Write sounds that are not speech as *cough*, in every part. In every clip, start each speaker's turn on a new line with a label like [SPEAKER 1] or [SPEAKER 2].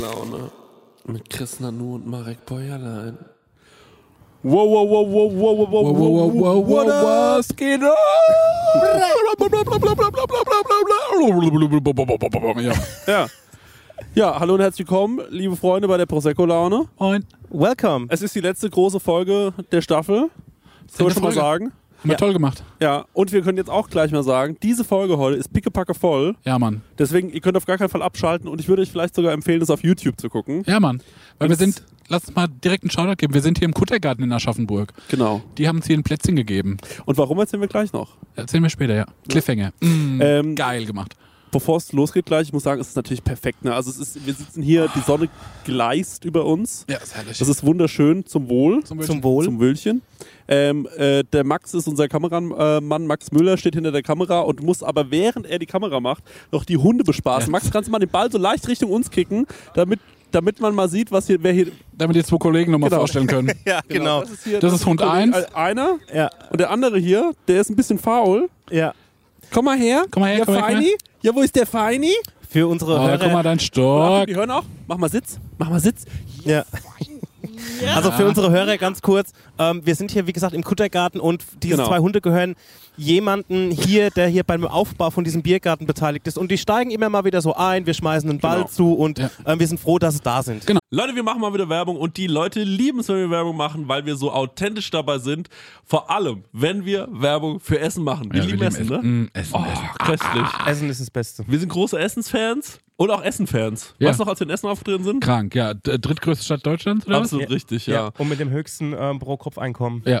[SPEAKER 1] Laune mit Chris Nanu und Marek Bäuerlein. Wow, wow, wow, wow, wow, wow, wow, wow, wow, wow, wow, was geht ab?
[SPEAKER 2] Ja.
[SPEAKER 1] Ja. Ja, hallo und herzlich willkommen, liebe Freunde bei der Prosecco-Laune.
[SPEAKER 2] Moin.
[SPEAKER 3] Welcome.
[SPEAKER 1] Es ist die letzte große Folge der Staffel. Das können wir
[SPEAKER 2] Letzte
[SPEAKER 1] schon mal
[SPEAKER 2] Folge.
[SPEAKER 1] sagen.
[SPEAKER 2] Haben wir toll gemacht.
[SPEAKER 1] Ja, und wir können jetzt auch gleich mal sagen, diese Folge heute ist pickepacke voll.
[SPEAKER 2] Ja, Mann.
[SPEAKER 1] Deswegen, ihr könnt auf gar keinen Fall abschalten und ich würde euch vielleicht sogar empfehlen, das auf YouTube zu gucken.
[SPEAKER 2] Ja, Mann. Weil wir
[SPEAKER 1] Das-
[SPEAKER 2] sind, lass uns mal direkt einen Shoutout geben. Wir sind hier im Kuttergarten in Aschaffenburg.
[SPEAKER 1] Genau.
[SPEAKER 2] Die haben uns hier ein Plätzchen gegeben.
[SPEAKER 1] Und warum erzählen wir gleich noch?
[SPEAKER 2] Erzählen wir später, ja. Cliffhanger. Mm,
[SPEAKER 1] Ähm,
[SPEAKER 2] geil gemacht.
[SPEAKER 1] Bevor es losgeht gleich, ich muss sagen, es ist natürlich perfekt. Ne? Also es ist, wir sitzen hier, die Sonne gleist über uns.
[SPEAKER 2] Ja, ist herrlich.
[SPEAKER 1] Das ist wunderschön, zum Wohl.
[SPEAKER 2] Zum Wohl.
[SPEAKER 3] Zum Wohl.
[SPEAKER 1] Zum Wöhlchen. Ähm, äh, der Max ist unser Kameramann, äh, Max Müller steht hinter der Kamera und muss aber, während er die Kamera macht, noch die Hunde bespaßen.
[SPEAKER 2] Ja.
[SPEAKER 1] Max, kannst du mal den Ball so leicht Richtung uns kicken, damit, damit man mal sieht, was hier, wer hier.
[SPEAKER 2] Damit die zwei Kollegen nochmal
[SPEAKER 1] Genau.
[SPEAKER 2] vorstellen können. *laughs*
[SPEAKER 3] ja, genau.
[SPEAKER 1] Das ist, hier,
[SPEAKER 2] Das ist Hund
[SPEAKER 1] Kollege-
[SPEAKER 2] eins.
[SPEAKER 1] äh, Einer
[SPEAKER 3] Ja,
[SPEAKER 1] und der andere hier, der ist ein bisschen faul.
[SPEAKER 3] ja.
[SPEAKER 1] Komm mal her.
[SPEAKER 2] Komm mal her,
[SPEAKER 1] der
[SPEAKER 2] komm mal her, komm
[SPEAKER 1] Feini. Ja, wo ist der Feini?
[SPEAKER 3] Für unsere
[SPEAKER 2] Oh, guck mal,
[SPEAKER 3] Hörer,
[SPEAKER 1] Achtung,
[SPEAKER 2] dein Stock.
[SPEAKER 1] Die hören auch. Mach mal Sitz. Mach mal Sitz.
[SPEAKER 3] ja. Also für unsere Hörer ganz kurz. Ähm, wir sind hier, wie gesagt, im Kuttergarten und diese
[SPEAKER 1] Genau.
[SPEAKER 3] zwei Hunde gehören jemanden hier, der hier beim Aufbau von diesem Biergarten beteiligt ist. Und die steigen immer mal wieder so ein, wir schmeißen einen Ball
[SPEAKER 1] Genau.
[SPEAKER 3] zu und
[SPEAKER 2] Ja.
[SPEAKER 3] ähm, wir sind froh, dass sie da sind.
[SPEAKER 2] Genau.
[SPEAKER 1] Leute, wir machen mal wieder Werbung und die Leute lieben es, wenn wir Werbung machen, weil wir so authentisch dabei sind. Vor allem, wenn wir Werbung für Essen machen. Die
[SPEAKER 2] Ja, wir
[SPEAKER 1] lieben
[SPEAKER 2] lieben
[SPEAKER 1] Essen, ne?
[SPEAKER 2] Essen. Mm, Essen,
[SPEAKER 1] oh,
[SPEAKER 2] Essen. Ah.
[SPEAKER 1] köstlich.
[SPEAKER 3] Essen ist das Beste.
[SPEAKER 1] Wir sind große Essensfans und auch Essenfans.
[SPEAKER 2] Ja.
[SPEAKER 1] Weißt du noch, als wir in Essen aufgetreten sind?
[SPEAKER 2] Krank, ja. D- Drittgrößte Stadt Deutschlands, oder? was?
[SPEAKER 1] Absolut richtig, ja.
[SPEAKER 3] Und mit dem höchsten ähm, Pro-Kopf-Einkommen.
[SPEAKER 2] Ja.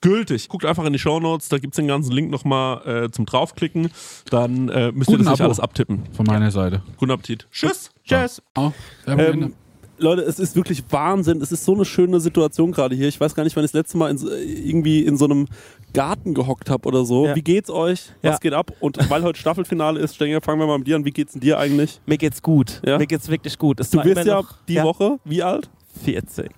[SPEAKER 4] gültig. Guckt einfach in die Shownotes, da gibt es den ganzen Link nochmal äh, zum draufklicken. Dann äh, müsst ihr
[SPEAKER 2] Guten
[SPEAKER 4] das nicht
[SPEAKER 2] Abo.
[SPEAKER 4] alles abtippen.
[SPEAKER 2] Von meiner Seite.
[SPEAKER 4] Guten Appetit. Tschüss.
[SPEAKER 5] Tschüss.
[SPEAKER 2] Oh,
[SPEAKER 1] Ähm, Leute, es ist wirklich Wahnsinn. Es ist so eine schöne Situation gerade hier. Ich weiß gar nicht, wann ich das letzte Mal in, so- irgendwie in so einem Garten gehockt habe oder so.
[SPEAKER 5] Ja.
[SPEAKER 1] Wie geht's euch? Was
[SPEAKER 5] Ja.
[SPEAKER 1] geht ab? Und weil heute Staffelfinale ist, Stenger, fangen wir mal mit dir an. Wie geht's denn dir eigentlich?
[SPEAKER 3] Mir geht's gut.
[SPEAKER 1] Ja?
[SPEAKER 3] Mir geht's wirklich gut. Es
[SPEAKER 1] Du
[SPEAKER 3] war
[SPEAKER 1] bist
[SPEAKER 3] immer
[SPEAKER 1] ja
[SPEAKER 3] noch,
[SPEAKER 1] die Woche wie alt?
[SPEAKER 3] 40.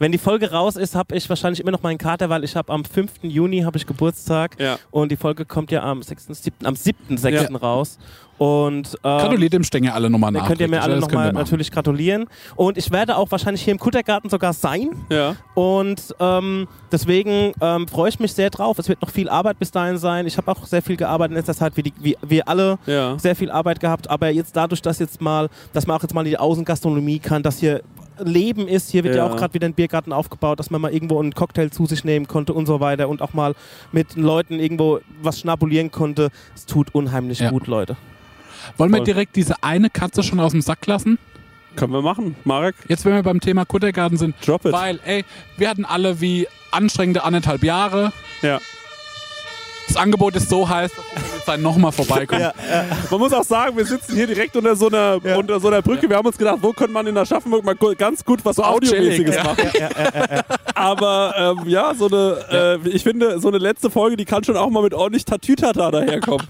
[SPEAKER 3] Wenn die Folge raus ist, habe ich wahrscheinlich immer noch meinen Kater, weil ich habe am 5. Juni habe ich Geburtstag
[SPEAKER 1] Ja.
[SPEAKER 3] und die Folge kommt ja am 6. 7. am 7. 6. raus und ähm,
[SPEAKER 2] Gratuliert dem Stängel alle nochmal
[SPEAKER 3] da
[SPEAKER 2] nach.
[SPEAKER 3] könnt ihr mir alle nochmal natürlich gratulieren und ich werde auch wahrscheinlich hier im Kuttergarten sogar sein
[SPEAKER 1] Ja.
[SPEAKER 3] und ähm, deswegen ähm, freue ich mich sehr drauf. Es wird noch viel Arbeit bis dahin sein. Ich habe auch sehr viel gearbeitet in letzter Zeit, wie, die, wie wir alle
[SPEAKER 1] Ja.
[SPEAKER 3] sehr viel Arbeit gehabt, aber jetzt dadurch, dass jetzt mal, dass man auch jetzt mal in die Außengastronomie kann, dass hier Leben ist, hier wird ja,
[SPEAKER 1] Ja.
[SPEAKER 3] auch gerade wieder ein Biergarten aufgebaut, dass man mal irgendwo einen Cocktail zu sich nehmen konnte und so weiter und auch mal mit Leuten irgendwo was schnabulieren konnte. Es tut unheimlich
[SPEAKER 2] Ja.
[SPEAKER 3] gut, Leute.
[SPEAKER 2] Wollen wir
[SPEAKER 1] Voll.
[SPEAKER 2] direkt diese eine Katze schon aus dem Sack lassen?
[SPEAKER 1] Können wir machen. Marek,
[SPEAKER 2] Jetzt, wenn wir beim Thema Kuttergarten sind.
[SPEAKER 1] drop it.
[SPEAKER 2] Weil, ey, wir hatten alle wie anstrengende anderthalb Jahre.
[SPEAKER 1] Ja.
[SPEAKER 2] Das Angebot ist so heiß, dass wir nochmal vorbeikommen.
[SPEAKER 1] Man muss auch sagen, wir sitzen hier direkt unter so einer, unter so einer Brücke. Wir haben uns gedacht, wo könnte man in Aschaffenburg mal gu- ganz gut was Audiomäßiges
[SPEAKER 2] chillig,
[SPEAKER 1] machen. Aber ähm, ja, so eine, äh, ich finde, so eine letzte Folge, die kann schon auch mal mit ordentlich Tatütata daherkommen.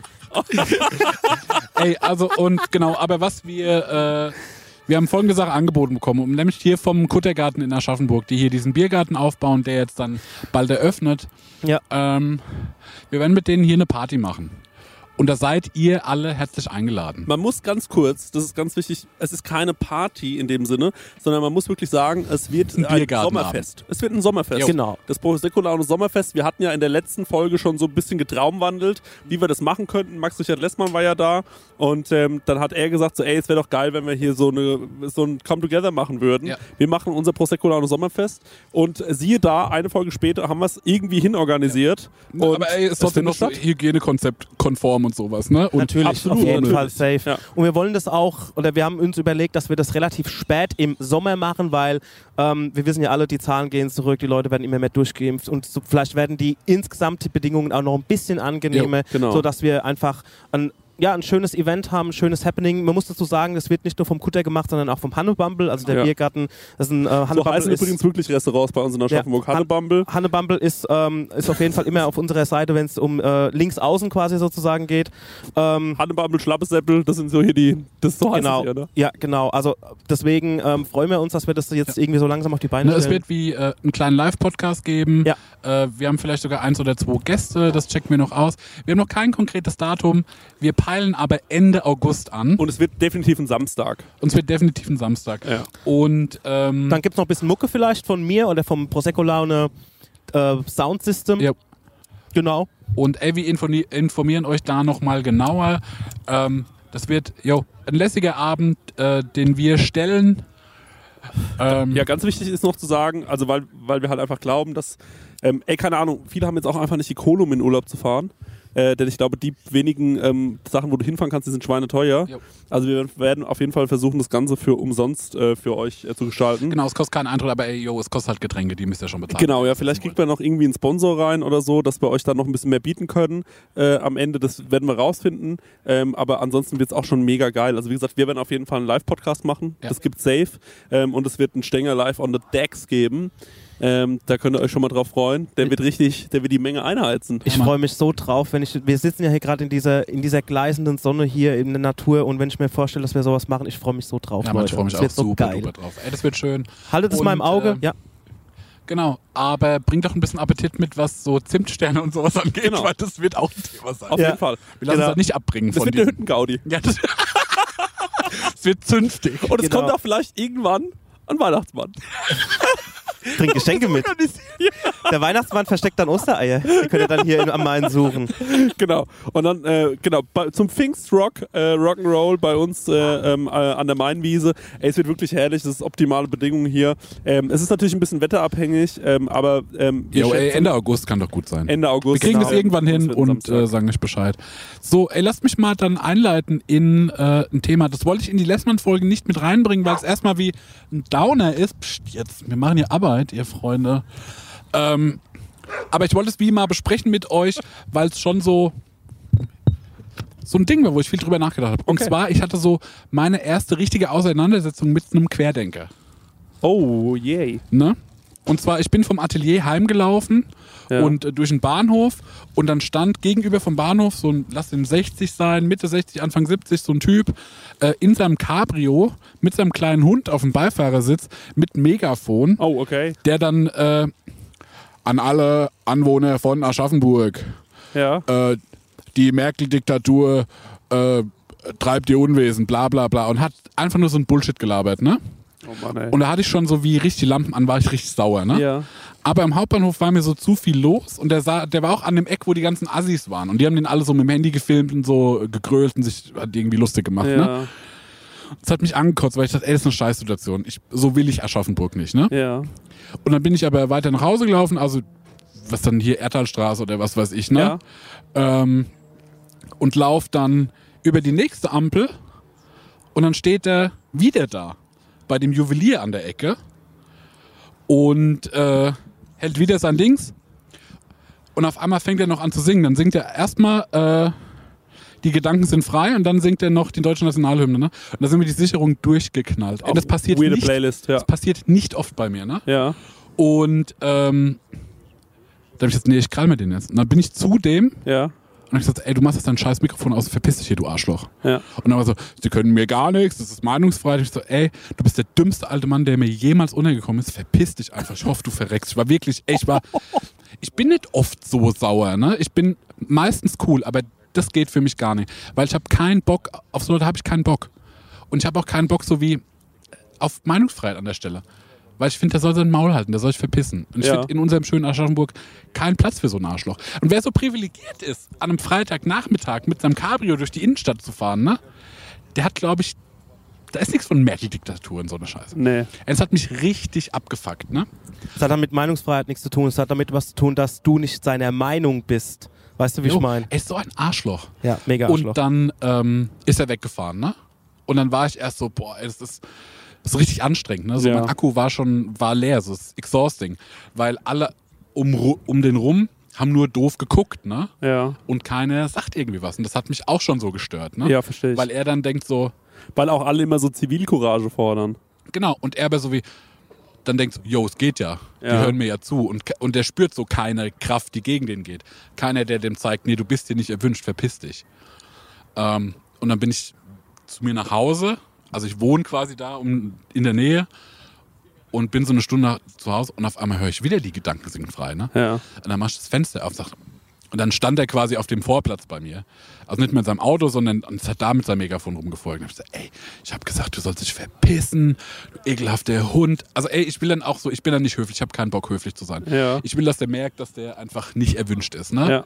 [SPEAKER 2] Ey, also und genau, aber was wir, äh, wir haben folgende Sache angeboten bekommen, und nämlich hier vom Kuttergarten in Aschaffenburg, die hier diesen Biergarten aufbauen, der jetzt dann bald eröffnet.
[SPEAKER 3] Ja.
[SPEAKER 2] Ähm, wir werden mit denen hier eine Party machen. Und da seid ihr alle herzlich eingeladen.
[SPEAKER 1] Man muss ganz kurz, das ist ganz wichtig, es ist keine Party in dem Sinne, sondern man muss wirklich sagen, es wird ein,
[SPEAKER 2] Biergartenabend.
[SPEAKER 1] Sommerfest. Es wird ein Sommerfest.
[SPEAKER 2] Jo.
[SPEAKER 3] Genau.
[SPEAKER 1] Das Prosecco Laune Sommerfest, wir hatten ja in der letzten Folge schon so ein bisschen getraumwandelt, wie wir das machen könnten. Max Richard Lessmann war ja da und ähm, dann hat er gesagt, so, ey, es wäre doch geil, wenn wir hier so, eine, so ein Come Together machen würden.
[SPEAKER 2] Ja.
[SPEAKER 1] Wir machen unser Prosecco Laune Sommerfest und siehe da, eine Folge später haben wir es irgendwie hinorganisiert. Und
[SPEAKER 2] aber ey, ist
[SPEAKER 1] es
[SPEAKER 2] trotzdem
[SPEAKER 1] findet
[SPEAKER 2] noch so
[SPEAKER 1] statt.
[SPEAKER 2] Hygienekonzept konform und sowas, ne? Und
[SPEAKER 3] Natürlich,
[SPEAKER 1] absolut,
[SPEAKER 3] auf jeden
[SPEAKER 1] natürlich.
[SPEAKER 3] Fall safe.
[SPEAKER 1] Ja.
[SPEAKER 3] Und wir wollen das auch, oder wir haben uns überlegt, dass wir das relativ spät im Sommer machen, weil ähm, wir wissen ja alle, die Zahlen gehen zurück, die Leute werden immer mehr durchgeimpft und so, vielleicht werden die insgesamt die Bedingungen auch noch ein bisschen angenehmer,
[SPEAKER 1] Ja, genau.
[SPEAKER 3] sodass wir einfach ein ja, ein schönes Event haben, ein schönes Happening. Man muss dazu sagen, das wird nicht nur vom Kutter gemacht, sondern auch vom Hannebumble, also der
[SPEAKER 1] Ja.
[SPEAKER 3] Biergarten. Das ist ein äh,
[SPEAKER 1] So
[SPEAKER 3] Hannebumble
[SPEAKER 1] heißen
[SPEAKER 3] ist
[SPEAKER 1] übrigens wirklich Restaurants bei uns in Aschaffenburg.
[SPEAKER 3] Ja.
[SPEAKER 1] Hannebumble.
[SPEAKER 3] Hannebumble ist, ähm, ist auf jeden Fall immer auf unserer Seite, wenn es um äh, links außen quasi sozusagen geht. Ähm,
[SPEAKER 1] Hannebumble, Schlappesäppel, das sind so hier die, das ist so heißt
[SPEAKER 3] genau.
[SPEAKER 1] es hier, ne?
[SPEAKER 3] Ja, genau. Also deswegen ähm, freuen wir uns, dass wir das jetzt irgendwie so langsam auf die Beine
[SPEAKER 2] Ne, es
[SPEAKER 3] stellen.
[SPEAKER 2] wird wie äh, einen kleinen Live-Podcast geben.
[SPEAKER 3] Ja.
[SPEAKER 2] Äh, wir haben vielleicht sogar eins oder zwei Gäste, das checken wir noch aus. Wir haben noch kein konkretes Datum. Wir peilen aber Ende August an.
[SPEAKER 1] Und es wird definitiv ein Samstag.
[SPEAKER 2] Und es wird definitiv ein Samstag.
[SPEAKER 1] Ja.
[SPEAKER 2] Und ähm,
[SPEAKER 3] Dann gibt es noch ein bisschen Mucke vielleicht von mir oder vom Prosecco Laune äh, Sound System.
[SPEAKER 2] Ja.
[SPEAKER 3] Genau.
[SPEAKER 2] Und ey, wir informi informieren euch da nochmal genauer. Ähm, das wird jo, ein lässiger Abend, äh, den wir stellen. Ähm,
[SPEAKER 1] Ja, ganz wichtig ist noch zu sagen, also weil, weil wir halt einfach glauben, dass, ähm, ey, keine Ahnung, viele haben jetzt auch einfach nicht die Kohle, um in den Urlaub zu fahren. Äh, denn ich glaube, die wenigen ähm, Sachen, wo du hinfahren kannst, die sind schweineteuer.
[SPEAKER 2] Jo.
[SPEAKER 1] Also wir werden auf jeden Fall versuchen, das Ganze für umsonst äh, für euch äh, zu gestalten.
[SPEAKER 2] Genau, es kostet keinen Eintritt, aber ey, jo, es kostet halt Getränke, die müsst ihr schon bezahlen.
[SPEAKER 1] Genau, ja, vielleicht kriegt man noch irgendwie einen Sponsor rein oder so, dass wir euch dann noch ein bisschen mehr bieten können äh, am Ende. Das werden wir rausfinden. Ähm, aber ansonsten wird es auch schon mega geil. Also wie gesagt, wir werden auf jeden Fall einen Live-Podcast machen.
[SPEAKER 2] Ja.
[SPEAKER 1] Das gibt safe. Ähm, und es wird einen Stänger live on the decks geben. Ähm, da könnt ihr euch schon mal drauf freuen. Der wird richtig, der wird die Menge einheizen.
[SPEAKER 3] Ich
[SPEAKER 2] Hammer.
[SPEAKER 3] freue mich so drauf, wenn ich. Wir sitzen ja hier gerade in dieser, in dieser gleißenden Sonne hier in der Natur und wenn ich mir vorstelle, dass wir sowas machen, ich freue mich so drauf.
[SPEAKER 2] Ja, Mann,
[SPEAKER 3] Leute.
[SPEAKER 2] ich freue mich
[SPEAKER 3] Das
[SPEAKER 2] auch
[SPEAKER 3] wird so
[SPEAKER 2] super
[SPEAKER 3] geil.
[SPEAKER 2] duper drauf. Ey, das wird schön.
[SPEAKER 3] Haltet es mal im
[SPEAKER 2] Und,
[SPEAKER 3] Auge.
[SPEAKER 2] ähm,
[SPEAKER 3] ja.
[SPEAKER 2] Genau, aber bringt doch ein bisschen Appetit mit, was so Zimtsterne und sowas angeht,
[SPEAKER 1] Genau.
[SPEAKER 2] weil das wird auch ein Thema sein.
[SPEAKER 1] Auf
[SPEAKER 3] Ja.
[SPEAKER 1] jeden Fall.
[SPEAKER 2] wir lassen
[SPEAKER 3] genau.
[SPEAKER 2] uns das nicht abbringen
[SPEAKER 1] Das
[SPEAKER 2] von
[SPEAKER 1] wird der
[SPEAKER 2] diesem.
[SPEAKER 1] Hüttengaudi.
[SPEAKER 2] Ja,
[SPEAKER 1] *laughs*
[SPEAKER 2] das, das wird zünftig.
[SPEAKER 1] Und es
[SPEAKER 3] Genau.
[SPEAKER 1] kommt auch vielleicht irgendwann ein Weihnachtsmann.
[SPEAKER 3] Bring Geschenke
[SPEAKER 2] *laughs*
[SPEAKER 3] mit. Der Weihnachtsmann versteckt dann Ostereier. Die könnt ihr dann hier in, am Main suchen.
[SPEAKER 1] *laughs* genau. Und dann, äh, genau, bei, zum Pfingstrock, äh, Rock'n'Roll bei uns äh, ähm, äh, an der Mainwiese. Ey, es wird wirklich herrlich, das ist optimale Bedingungen hier. Ähm, es ist natürlich ein bisschen wetterabhängig, ähm, aber ähm, wir
[SPEAKER 2] Jo, ey,
[SPEAKER 1] schätzen
[SPEAKER 2] Ende August kann doch gut sein.
[SPEAKER 1] Ende August.
[SPEAKER 2] Wir kriegen das irgendwann hin
[SPEAKER 1] Genau. wird
[SPEAKER 2] und
[SPEAKER 1] Samstag.
[SPEAKER 2] äh, sagen euch Bescheid. So, ey, lasst mich mal dann einleiten in äh, ein Thema. Das wollte ich in die Lessmann-Folge nicht mit reinbringen, weil es erstmal wie ein Downer ist. Psst, jetzt, wir machen hier Arbeit, ihr Freunde. Ähm, Aber ich wollte es wie mal besprechen mit euch, weil es schon so so ein Ding war, wo ich viel drüber nachgedacht habe. Und zwar, ich hatte so meine erste richtige Auseinandersetzung mit einem Querdenker. äh,
[SPEAKER 1] Oh, yay.
[SPEAKER 2] Ne? Und zwar, ich bin vom Atelier heimgelaufen
[SPEAKER 1] Ja.
[SPEAKER 2] und äh, durch den Bahnhof und dann stand gegenüber vom Bahnhof so ein, lass den 60 sein, Mitte 60, Anfang 70, so ein Typ äh, in seinem Cabrio mit seinem kleinen Hund auf dem Beifahrersitz mit Megafon,
[SPEAKER 1] Oh, okay.
[SPEAKER 2] der dann äh, an alle Anwohner von Aschaffenburg,
[SPEAKER 1] Ja.
[SPEAKER 2] äh, die Merkel-Diktatur äh, treibt ihr Unwesen, bla bla bla und hat einfach nur so ein Bullshit gelabert, ne?
[SPEAKER 1] Oh Mann, ey.
[SPEAKER 2] Und da hatte ich schon so wie richtig Lampen an, war ich richtig sauer, ne?
[SPEAKER 1] ja.
[SPEAKER 2] Aber im Hauptbahnhof war mir so zu viel los und der, sah, der war auch an dem Eck, wo die ganzen Assis waren. Und die haben den alle so mit dem Handy gefilmt und so gegrölt und sich hat irgendwie lustig gemacht. Ne?
[SPEAKER 1] Ja.
[SPEAKER 2] Das hat mich angekotzt, weil ich dachte, ey, das ist eine Scheißsituation. Ich, so will ich Aschaffenburg nicht. Ne?
[SPEAKER 1] Ja.
[SPEAKER 2] Und dann bin ich aber weiter nach Hause gelaufen, also was dann hier Erdtalstraße oder was weiß ich, ne? Ähm, und lauf dann über die nächste Ampel und dann steht er wieder da bei dem Juwelier an der Ecke und äh, hält wieder sein Dings und auf einmal fängt er noch an zu singen. Dann singt er erstmal äh, die Gedanken sind frei und dann singt er noch die deutsche Nationalhymne. Ne? Und da sind mir die Sicherungen durchgeknallt. Ey, das passiert
[SPEAKER 1] Weirde
[SPEAKER 2] nicht,
[SPEAKER 1] Playlist, ja.
[SPEAKER 2] das passiert nicht oft bei mir. Ne?
[SPEAKER 1] Ja.
[SPEAKER 2] Und ähm, da hab ich gesagt, nee, ich krall mir den jetzt. Und dann bin ich zu dem und
[SPEAKER 1] Ja.
[SPEAKER 2] hab ich gesagt, ey, du machst jetzt dein scheiß Mikrofon aus, verpiss dich hier, du Arschloch.
[SPEAKER 1] Ja.
[SPEAKER 2] Und dann war so, sie können mir gar nichts, das ist Meinungsfreiheit. Ich so, ey, du bist der dümmste alte Mann, der mir jemals untergekommen ist, verpiss dich einfach. Ich hoffe, du verreckst. Ich war wirklich, ey, ich war, ich bin nicht oft so sauer, ne? Ich bin meistens cool, aber das geht für mich gar nicht. Weil ich habe keinen Bock, auf so Leute habe ich keinen Bock. Und ich habe auch keinen Bock, so wie auf Meinungsfreiheit an der Stelle. Weil ich finde, der soll sein Maul halten, der soll sich verpissen. Und ich
[SPEAKER 1] Ja.
[SPEAKER 2] finde in unserem schönen Aschaffenburg keinen Platz für so ein Arschloch. Und wer so privilegiert ist, an einem Freitagnachmittag mit seinem Cabrio durch die Innenstadt zu fahren, ne? Der hat, glaube ich, da ist nichts von Merkel-Diktatur in so einer Scheiße.
[SPEAKER 1] Nee.
[SPEAKER 2] Es hat mich richtig abgefuckt, ne?
[SPEAKER 3] Das hat dann mit Meinungsfreiheit nichts zu tun. Es hat damit was zu tun, dass du nicht seiner Meinung bist. Weißt du, wie
[SPEAKER 2] Jo,
[SPEAKER 3] ich meine?
[SPEAKER 2] Er ist so ein Arschloch.
[SPEAKER 3] Ja, mega Arschloch.
[SPEAKER 2] Und dann ähm, ist er weggefahren, ne? Und dann war ich erst so, boah, ey, das ist, das ist richtig anstrengend, ne? So
[SPEAKER 1] Ja.
[SPEAKER 2] mein Akku war schon, war leer, so ist exhausting. Weil alle um, Ru- um den rum haben nur doof geguckt, ne?
[SPEAKER 1] Ja.
[SPEAKER 2] Und keiner sagt irgendwie was. Und das hat mich auch schon so gestört, ne?
[SPEAKER 1] Ja, verstehe ich.
[SPEAKER 2] Weil er dann denkt so,
[SPEAKER 1] Weil auch alle immer so Zivilcourage fordern.
[SPEAKER 2] Genau, und er aber so wie, dann denkt so, yo, es geht ja. Die
[SPEAKER 1] Ja.
[SPEAKER 2] hören mir ja zu. Und, ke- und der spürt so keine Kraft, die gegen den geht. Keiner, der dem zeigt, nee, du bist dir nicht erwünscht, verpiss dich. Ähm, und dann bin ich zu mir nach Hause. Also ich wohne quasi da um, in der Nähe und bin so eine Stunde nach- zu Hause und auf einmal höre ich wieder die Gedanken singen frei. Ne?
[SPEAKER 1] Ja.
[SPEAKER 2] Und dann machst du das Fenster auf und sagst, und dann stand er quasi auf dem Vorplatz bei mir. Also nicht mit seinem Auto, sondern und es hat da mit seinem Megafon rumgefolgt. Und ich hab gesagt, ey, ich habe gesagt, du sollst dich verpissen, du ekelhafter Hund. Also ey, ich will dann auch so, ich bin dann nicht höflich, ich habe keinen Bock, höflich zu sein.
[SPEAKER 1] Ja.
[SPEAKER 2] Ich will, dass der merkt, dass der einfach nicht erwünscht ist. Ne?
[SPEAKER 1] Ja.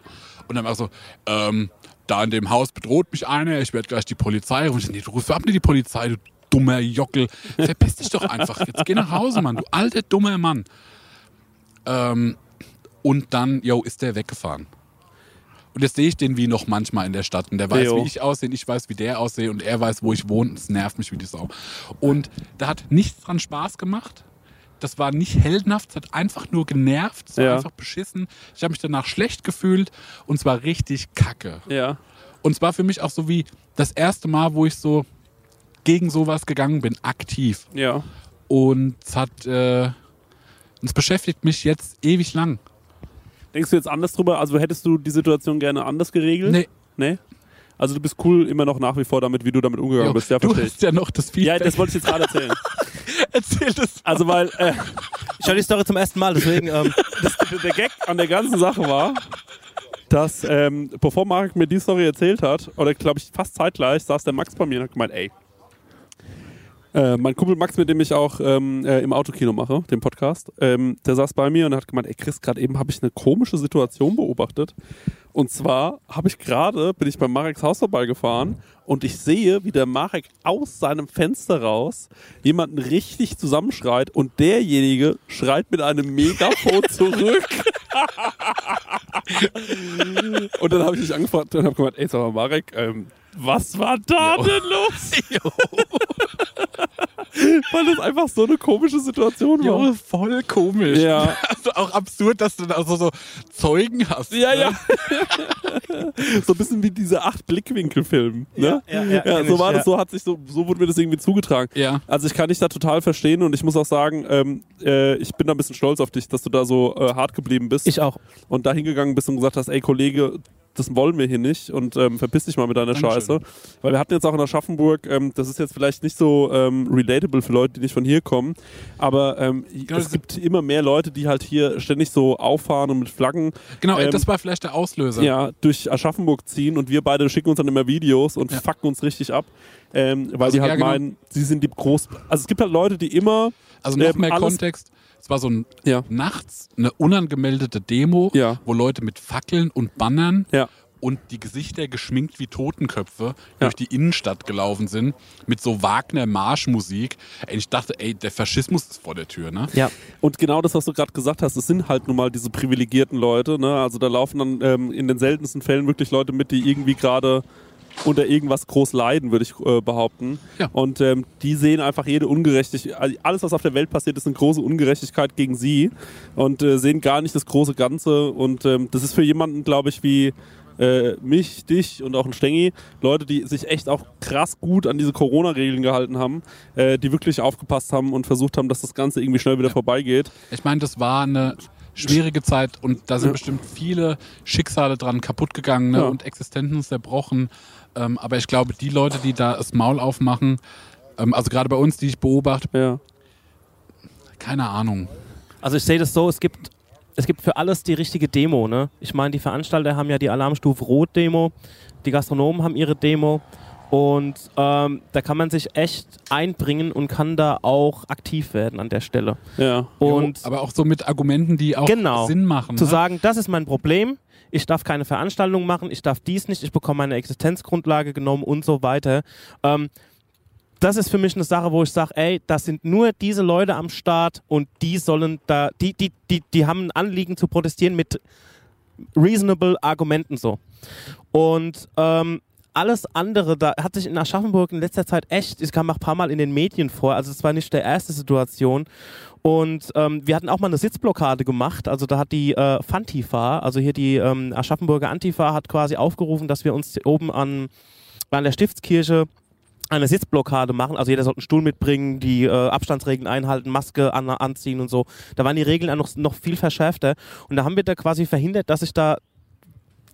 [SPEAKER 2] Und dann war so, ähm, da in dem Haus bedroht mich einer, ich werde gleich die Polizei rufen. Ich so, nee, du rufst ab nicht die Polizei, du dummer Jockel. Verpiss dich doch einfach. Jetzt geh nach Hause, Mann, du alter, dummer Mann. Ähm, und dann, yo, ist der weggefahren. Und jetzt sehe ich den wie noch manchmal in der Stadt. Und der weiß,
[SPEAKER 1] Jo.
[SPEAKER 2] wie ich aussehe, ich weiß, wie der aussehe und er weiß, wo ich wohne. Und Es nervt mich wie die Sau. Und da hat nichts dran Spaß gemacht. Das war nicht heldenhaft, es hat einfach nur genervt, es war
[SPEAKER 1] Ja.
[SPEAKER 2] einfach beschissen. Ich habe mich danach schlecht gefühlt und es war richtig kacke.
[SPEAKER 1] Ja.
[SPEAKER 2] Und es war für mich auch so wie das erste Mal, wo ich so gegen sowas gegangen bin, aktiv.
[SPEAKER 1] Ja.
[SPEAKER 2] Und es hat, äh, es beschäftigt mich jetzt ewig lang.
[SPEAKER 1] Denkst du jetzt anders drüber? Also hättest du die Situation gerne anders geregelt?
[SPEAKER 2] Nee.
[SPEAKER 1] Nee? Also du bist cool immer noch nach wie vor damit, wie du damit umgegangen
[SPEAKER 2] Jo,
[SPEAKER 1] bist. Ja,
[SPEAKER 2] du
[SPEAKER 1] verstehe ich.
[SPEAKER 2] hast ja noch das
[SPEAKER 1] Ja,
[SPEAKER 2] Feedback.
[SPEAKER 1] das wollte ich jetzt gerade erzählen.
[SPEAKER 2] erzähl das.
[SPEAKER 1] Also weil äh,
[SPEAKER 3] Ich höre die Story zum ersten Mal, deswegen. Ähm,
[SPEAKER 2] *laughs*
[SPEAKER 1] das, der Gag an der ganzen Sache war, dass ähm, bevor Marek mir die Story erzählt hat, oder glaube ich fast zeitgleich, saß der Max bei mir und hat gemeint, ey, äh, mein Kumpel Max, mit dem ich auch ähm, äh, im Autokino mache, den Podcast, ähm, der saß bei mir und hat gemeint, ey Chris, gerade eben habe ich eine komische Situation beobachtet. Und zwar habe ich gerade, bin ich bei Mareks Haus vorbeigefahren und ich sehe, wie der Marek aus seinem Fenster raus jemanden richtig zusammenschreit und derjenige schreit mit einem Megafon zurück. und dann habe ich mich angefragt und habe gemeint, ey, sag mal Marek, ähm, was war da denn los? *laughs* Weil das einfach so eine komische Situation war.
[SPEAKER 2] voll komisch.
[SPEAKER 1] Ja.
[SPEAKER 2] *laughs* Also auch absurd, dass du da so, so Zeugen hast.
[SPEAKER 1] Ja, ja. ne? *laughs* so ein bisschen wie dieser acht Blickwinkel-Film.
[SPEAKER 6] Ja,
[SPEAKER 1] Ne?
[SPEAKER 6] ja, ja, kenn
[SPEAKER 1] so
[SPEAKER 6] ich,
[SPEAKER 1] war
[SPEAKER 6] ja.
[SPEAKER 1] das, so hat sich so, so wurde mir das irgendwie zugetragen.
[SPEAKER 2] Ja.
[SPEAKER 1] Also ich kann dich da total verstehen und ich muss auch sagen, ähm, äh, ich bin da ein bisschen stolz auf dich, dass du da so äh, hart geblieben bist
[SPEAKER 3] Ich auch.
[SPEAKER 1] und da hingegangen bist und gesagt hast, ey Kollege, das wollen wir hier nicht und ähm, verpiss dich mal mit deiner
[SPEAKER 2] Dankeschön.
[SPEAKER 1] Scheiße. Weil wir hatten jetzt auch in Aschaffenburg, ähm, das ist jetzt vielleicht nicht so ähm, relatable für Leute, die nicht von hier kommen, aber ähm,
[SPEAKER 2] das-
[SPEAKER 1] es gibt immer mehr Leute, die halt hier ständig so auffahren und mit Flaggen
[SPEAKER 2] Genau,
[SPEAKER 1] Ähm,
[SPEAKER 2] das war vielleicht der Auslöser.
[SPEAKER 1] ja, durch Aschaffenburg ziehen und wir beide schicken uns dann immer Videos und fucken uns richtig ab. Ähm, weil
[SPEAKER 2] Also
[SPEAKER 1] die halt
[SPEAKER 2] eher genau-
[SPEAKER 1] meinen, sie sind die groß. Also es gibt halt Leute, die immer.
[SPEAKER 2] Also noch
[SPEAKER 1] Ähm,
[SPEAKER 2] mehr
[SPEAKER 1] alles-
[SPEAKER 2] Kontext. Es war so ein
[SPEAKER 1] Ja.
[SPEAKER 2] nachts eine unangemeldete Demo,
[SPEAKER 1] Ja.
[SPEAKER 2] wo Leute mit Fackeln und Bannern
[SPEAKER 1] Ja.
[SPEAKER 2] und die Gesichter geschminkt wie Totenköpfe durch die Innenstadt gelaufen sind mit so Wagner Marschmusik. Ey, ich dachte, ey, der Faschismus ist vor der Tür, ne?
[SPEAKER 3] Ja.
[SPEAKER 1] Und genau das, was du gerade gesagt hast, es sind halt nun mal diese privilegierten Leute. Ne? Also da laufen dann ähm, in den seltensten Fällen wirklich Leute mit, die irgendwie gerade unter irgendwas groß leiden, würde ich äh, behaupten.
[SPEAKER 2] Ja.
[SPEAKER 1] Und ähm, die sehen einfach jede Ungerechtigkeit, also alles, was auf der Welt passiert, ist eine große Ungerechtigkeit gegen sie und äh, sehen gar nicht das große Ganze. Und ähm, das ist für jemanden, glaube ich, wie äh, mich, dich und auch ein Stengi, Leute, die sich echt auch krass gut an diese Corona-Regeln gehalten haben, äh, die wirklich aufgepasst haben und versucht haben, dass das Ganze irgendwie schnell wieder vorbeigeht.
[SPEAKER 2] Ich meine, das war eine schwierige Zeit und da sind bestimmt viele Schicksale dran kaputt gegangen ne?
[SPEAKER 1] Ja.
[SPEAKER 2] und Existenzen zerbrochen. Ähm, aber ich glaube, die Leute, die da das Maul aufmachen, ähm, also gerade bei uns, die ich beobachte,
[SPEAKER 1] Ja.
[SPEAKER 2] keine Ahnung.
[SPEAKER 3] Also ich sehe das so, es gibt, es gibt für alles die richtige Demo. Ne? Ich meine, die Veranstalter haben ja die Alarmstufe Rot-Demo, die Gastronomen haben ihre Demo und ähm, da kann man sich echt einbringen und kann da auch aktiv werden an der Stelle.
[SPEAKER 1] Ja.
[SPEAKER 3] Und
[SPEAKER 2] aber auch so mit Argumenten, die auch
[SPEAKER 3] Genau.
[SPEAKER 2] Sinn machen.
[SPEAKER 3] zu
[SPEAKER 2] ne?
[SPEAKER 3] sagen, das ist mein Problem, ich darf keine Veranstaltung machen, ich darf dies nicht, ich bekomme meine Existenzgrundlage genommen und so weiter. Ähm, das ist für mich eine Sache, wo ich sage, ey, das sind nur diese Leute am Start und die sollen da, die, die, die, die haben ein Anliegen zu protestieren mit reasonable Argumenten so. Und ähm, alles andere, da hat sich in Aschaffenburg in letzter Zeit echt, ich kam auch ein paar Mal in den Medien vor, also es war nicht der erste Situation. Und ähm, wir hatten auch mal eine Sitzblockade gemacht, also da hat die äh, Fantifa, also hier die ähm, Aschaffenburger Antifa, hat quasi aufgerufen, dass wir uns oben an, an der Stiftskirche eine Sitzblockade machen. Also jeder sollte einen Stuhl mitbringen, die äh, Abstandsregeln einhalten, Maske an, anziehen und so. Da waren die Regeln auch noch, noch viel verschärfter. Und da haben wir da quasi verhindert, dass sich da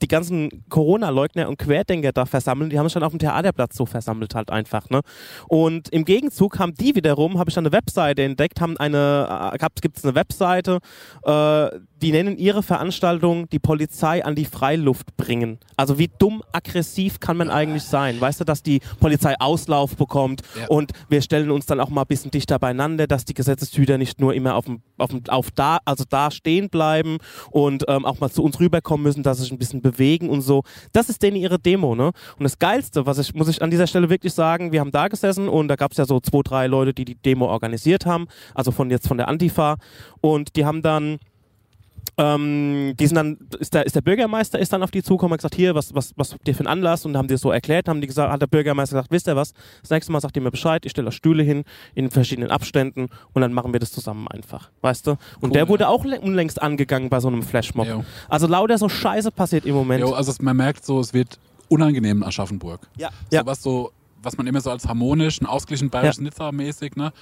[SPEAKER 3] die ganzen Corona-Leugner und Querdenker da versammeln, die haben sich dann auf dem Theaterplatz so versammelt halt einfach, ne? Und im Gegenzug haben die wiederum, habe ich dann eine Webseite entdeckt, haben eine, gibt es eine Webseite, äh, die nennen ihre Veranstaltung die Polizei an die Freiluft bringen. Also wie dumm aggressiv kann man eigentlich sein? Weißt du, dass die Polizei Auslauf bekommt
[SPEAKER 2] Ja.
[SPEAKER 3] und wir stellen uns dann auch mal ein bisschen dichter beieinander, dass die Gesetzeshüter nicht nur immer auf dem, auf dem, auf da, also da stehen bleiben und ähm, auch mal zu uns rüberkommen müssen, dass sie sich ein bisschen bewegen und so. Das ist denen ihre Demo, ne? Und das Geilste, was ich, muss ich an dieser Stelle wirklich sagen, wir haben da gesessen und da gab es ja so zwei, drei Leute, die die Demo organisiert haben, also von jetzt von der Antifa und die haben dann ähm, die sind dann, ist der, ist der Bürgermeister ist dann auf die zugekommen und hat gesagt, hier, was, was, was habt ihr für einen Anlass? Und haben die so erklärt, haben die gesagt, hat der Bürgermeister gesagt, wisst ihr was, das nächste Mal sagt ihr mir Bescheid, ich stelle da Stühle hin in verschiedenen Abständen und dann machen wir das zusammen einfach, weißt du? Und der wurde auch le- unlängst angegangen bei so einem Flashmob.
[SPEAKER 2] Jo.
[SPEAKER 3] Also lauter so Scheiße passiert im Moment.
[SPEAKER 2] Jo, also es- man merkt so, es wird unangenehm in Aschaffenburg.
[SPEAKER 3] Ja,
[SPEAKER 2] So
[SPEAKER 3] ja.
[SPEAKER 2] was so, was man immer so als harmonisch, ein ausgeglichen bayerisch nizza mäßig ne?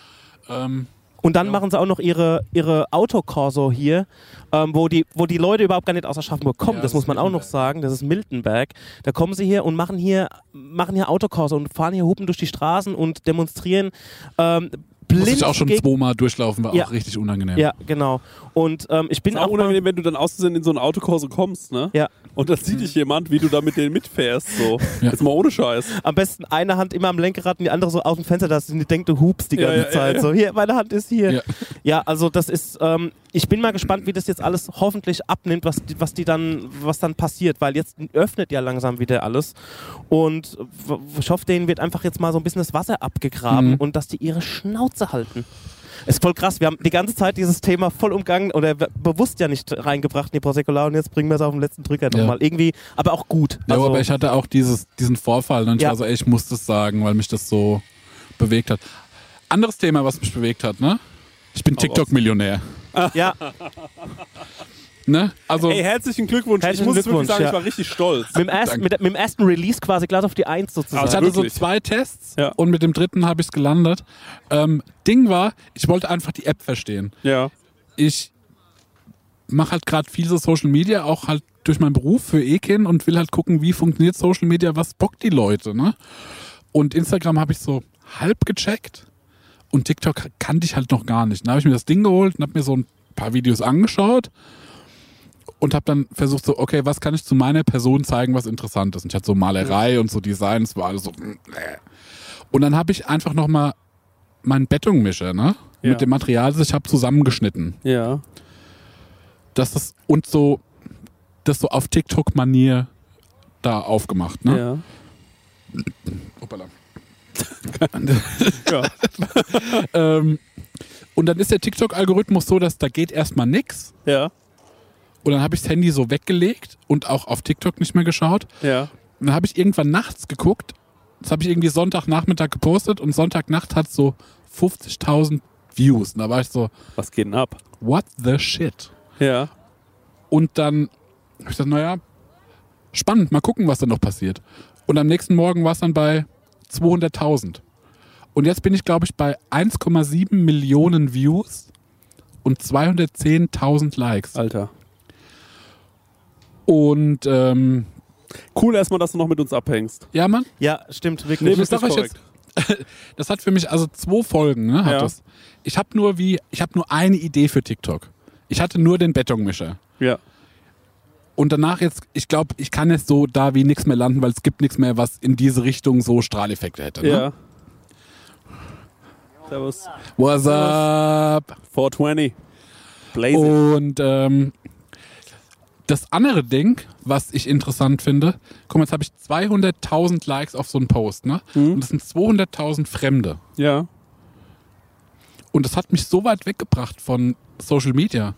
[SPEAKER 2] Ähm,
[SPEAKER 3] Und dann
[SPEAKER 2] Ja.
[SPEAKER 3] machen sie auch noch ihre, ihre Autokorso hier, ähm, wo, die, wo die Leute überhaupt gar nicht aus Aschaffenburg kommen.
[SPEAKER 2] Ja,
[SPEAKER 3] das
[SPEAKER 2] das
[SPEAKER 3] muss
[SPEAKER 2] ist
[SPEAKER 3] man auch noch
[SPEAKER 2] Miltenberg.
[SPEAKER 3] sagen. Das ist Miltenberg. Da kommen sie hier und machen hier, machen hier Autokorso und fahren hier hupen durch die Straßen und demonstrieren. Ähm, blind
[SPEAKER 2] muss ich auch schon
[SPEAKER 3] gegen-
[SPEAKER 2] zweimal durchlaufen, war
[SPEAKER 3] Ja.
[SPEAKER 2] auch richtig unangenehm.
[SPEAKER 3] Ja, genau. Und ähm, ich bin
[SPEAKER 1] Ist auch
[SPEAKER 3] auch mal,
[SPEAKER 1] unangenehm, wenn du dann auszusehen in so einen Autokurse kommst, ne?
[SPEAKER 3] ja,
[SPEAKER 1] Und dann sieht dich jemand, wie du da mit denen mitfährst, so.
[SPEAKER 2] Ja.
[SPEAKER 1] Jetzt mal ohne Scheiß.
[SPEAKER 3] am besten eine Hand immer am Lenkrad und die andere so aus dem Fenster, dass sie denkt, du hupst die
[SPEAKER 1] Ja,
[SPEAKER 3] ganze
[SPEAKER 1] ja, ja,
[SPEAKER 3] Zeit.
[SPEAKER 1] ja.
[SPEAKER 3] So, hier, meine Hand ist hier.
[SPEAKER 2] Ja.
[SPEAKER 3] Ja, also das ist, ähm, ich bin mal gespannt, wie das jetzt alles hoffentlich abnimmt, was, die- was die dann, was dann passiert, weil jetzt öffnet ja langsam wieder alles und w- ich hoffe, denen wird einfach jetzt mal so ein bisschen das Wasser abgegraben und dass die ihre Schnauze halten. Ist voll krass, wir haben die ganze Zeit dieses Thema voll umgangen oder w- bewusst ja nicht reingebracht in die Prosecular und jetzt bringen wir es auf den letzten Drücker
[SPEAKER 2] Ja.
[SPEAKER 3] nochmal. Irgendwie, aber auch gut.
[SPEAKER 2] Ja,
[SPEAKER 3] Also,
[SPEAKER 2] aber ich hatte auch dieses, diesen Vorfall ne? und ich
[SPEAKER 3] Ja.
[SPEAKER 2] war so, ey, ich muss das sagen, weil mich das so bewegt hat. Anderes Thema, was mich bewegt hat, ne? Ich bin TikTok-Millionär.
[SPEAKER 3] Ja,
[SPEAKER 2] Ne? Also,
[SPEAKER 1] Ey, herzlichen Glückwunsch.
[SPEAKER 3] Herzlichen
[SPEAKER 1] ich muss wirklich
[SPEAKER 3] Glückwunsch,
[SPEAKER 1] sagen,
[SPEAKER 3] ja.
[SPEAKER 1] ich war richtig stolz.
[SPEAKER 3] mit dem, ersten, mit, mit dem ersten Release quasi Glas auf die Eins sozusagen.
[SPEAKER 2] ich
[SPEAKER 1] Also-
[SPEAKER 2] hatte
[SPEAKER 1] wirklich.
[SPEAKER 2] so zwei Tests
[SPEAKER 1] Ja.
[SPEAKER 2] und mit dem dritten habe ich es gelandet. Ähm, Ding war, ich wollte einfach die App verstehen.
[SPEAKER 1] Ja.
[SPEAKER 2] ich mache halt gerade viel so Social Media, auch halt durch meinen Beruf für Ekin und will halt gucken, wie funktioniert Social Media, was bockt die Leute, ne? Und Instagram habe ich so halb gecheckt und TikTok kannte ich halt noch gar nicht. Dann habe ich mir das Ding geholt und habe mir so ein paar Videos angeschaut und habe dann versucht so, okay, was kann ich zu meiner Person zeigen, was interessant ist? Und ich hatte so Malerei und so Designs, war alles so. mm, äh. Und dann habe ich einfach noch mal meinen Bettungmischer, ne?
[SPEAKER 1] Ja.
[SPEAKER 2] Mit dem Material, das ich habe zusammengeschnitten
[SPEAKER 1] Ja.
[SPEAKER 2] dass das und so das so auf TikTok Manier da aufgemacht, ne?
[SPEAKER 1] Ja.
[SPEAKER 2] Hoppala.
[SPEAKER 1] Ja.
[SPEAKER 2] *laughs* ähm, und dann ist der TikTok Algorithmus so, dass da geht erstmal nix
[SPEAKER 1] Ja.
[SPEAKER 2] und dann habe ich das Handy so weggelegt und auch auf TikTok nicht mehr geschaut.
[SPEAKER 1] Ja.
[SPEAKER 2] Und dann habe ich irgendwann nachts geguckt. Das habe ich irgendwie Sonntagnachmittag gepostet und Sonntagnacht hat so 50.000 Views. Und da war ich so,
[SPEAKER 1] Was geht denn ab?
[SPEAKER 2] what the shit?
[SPEAKER 1] Ja.
[SPEAKER 2] Und dann habe ich gesagt, naja, spannend, mal gucken, was da noch passiert. Und am nächsten Morgen war es dann bei 200.000. Und jetzt bin ich, glaube ich, bei 1,7 Millionen Views und 210.000 Likes.
[SPEAKER 1] Alter.
[SPEAKER 2] Und ähm,
[SPEAKER 1] Cool erstmal, dass du noch mit uns abhängst.
[SPEAKER 2] ja, Mann,
[SPEAKER 3] ja, stimmt,
[SPEAKER 2] Nee,
[SPEAKER 3] wirklich.
[SPEAKER 2] das sag ich jetzt. *laughs* Das hat für mich also zwei Folgen, ne, hat
[SPEAKER 1] Ja.
[SPEAKER 2] das. Ich habe nur wie, ich habe nur eine Idee für TikTok. Ich hatte nur den Betonmischer.
[SPEAKER 1] Ja.
[SPEAKER 2] Und danach jetzt, ich glaube, ich kann jetzt so da wie nichts mehr landen, weil es gibt nichts mehr, was in diese Richtung so Strahleffekte hätte. Ne?
[SPEAKER 1] Ja. Servus.
[SPEAKER 2] What's up?
[SPEAKER 1] 420. Blaze it.
[SPEAKER 2] Und ähm, das andere Ding, was ich interessant finde, guck mal, jetzt habe ich 200.000 Likes auf so einen Post, ne? Und das sind 200.000 Fremde.
[SPEAKER 1] Oh. Ja.
[SPEAKER 2] Und das hat mich so weit weggebracht von Social Media,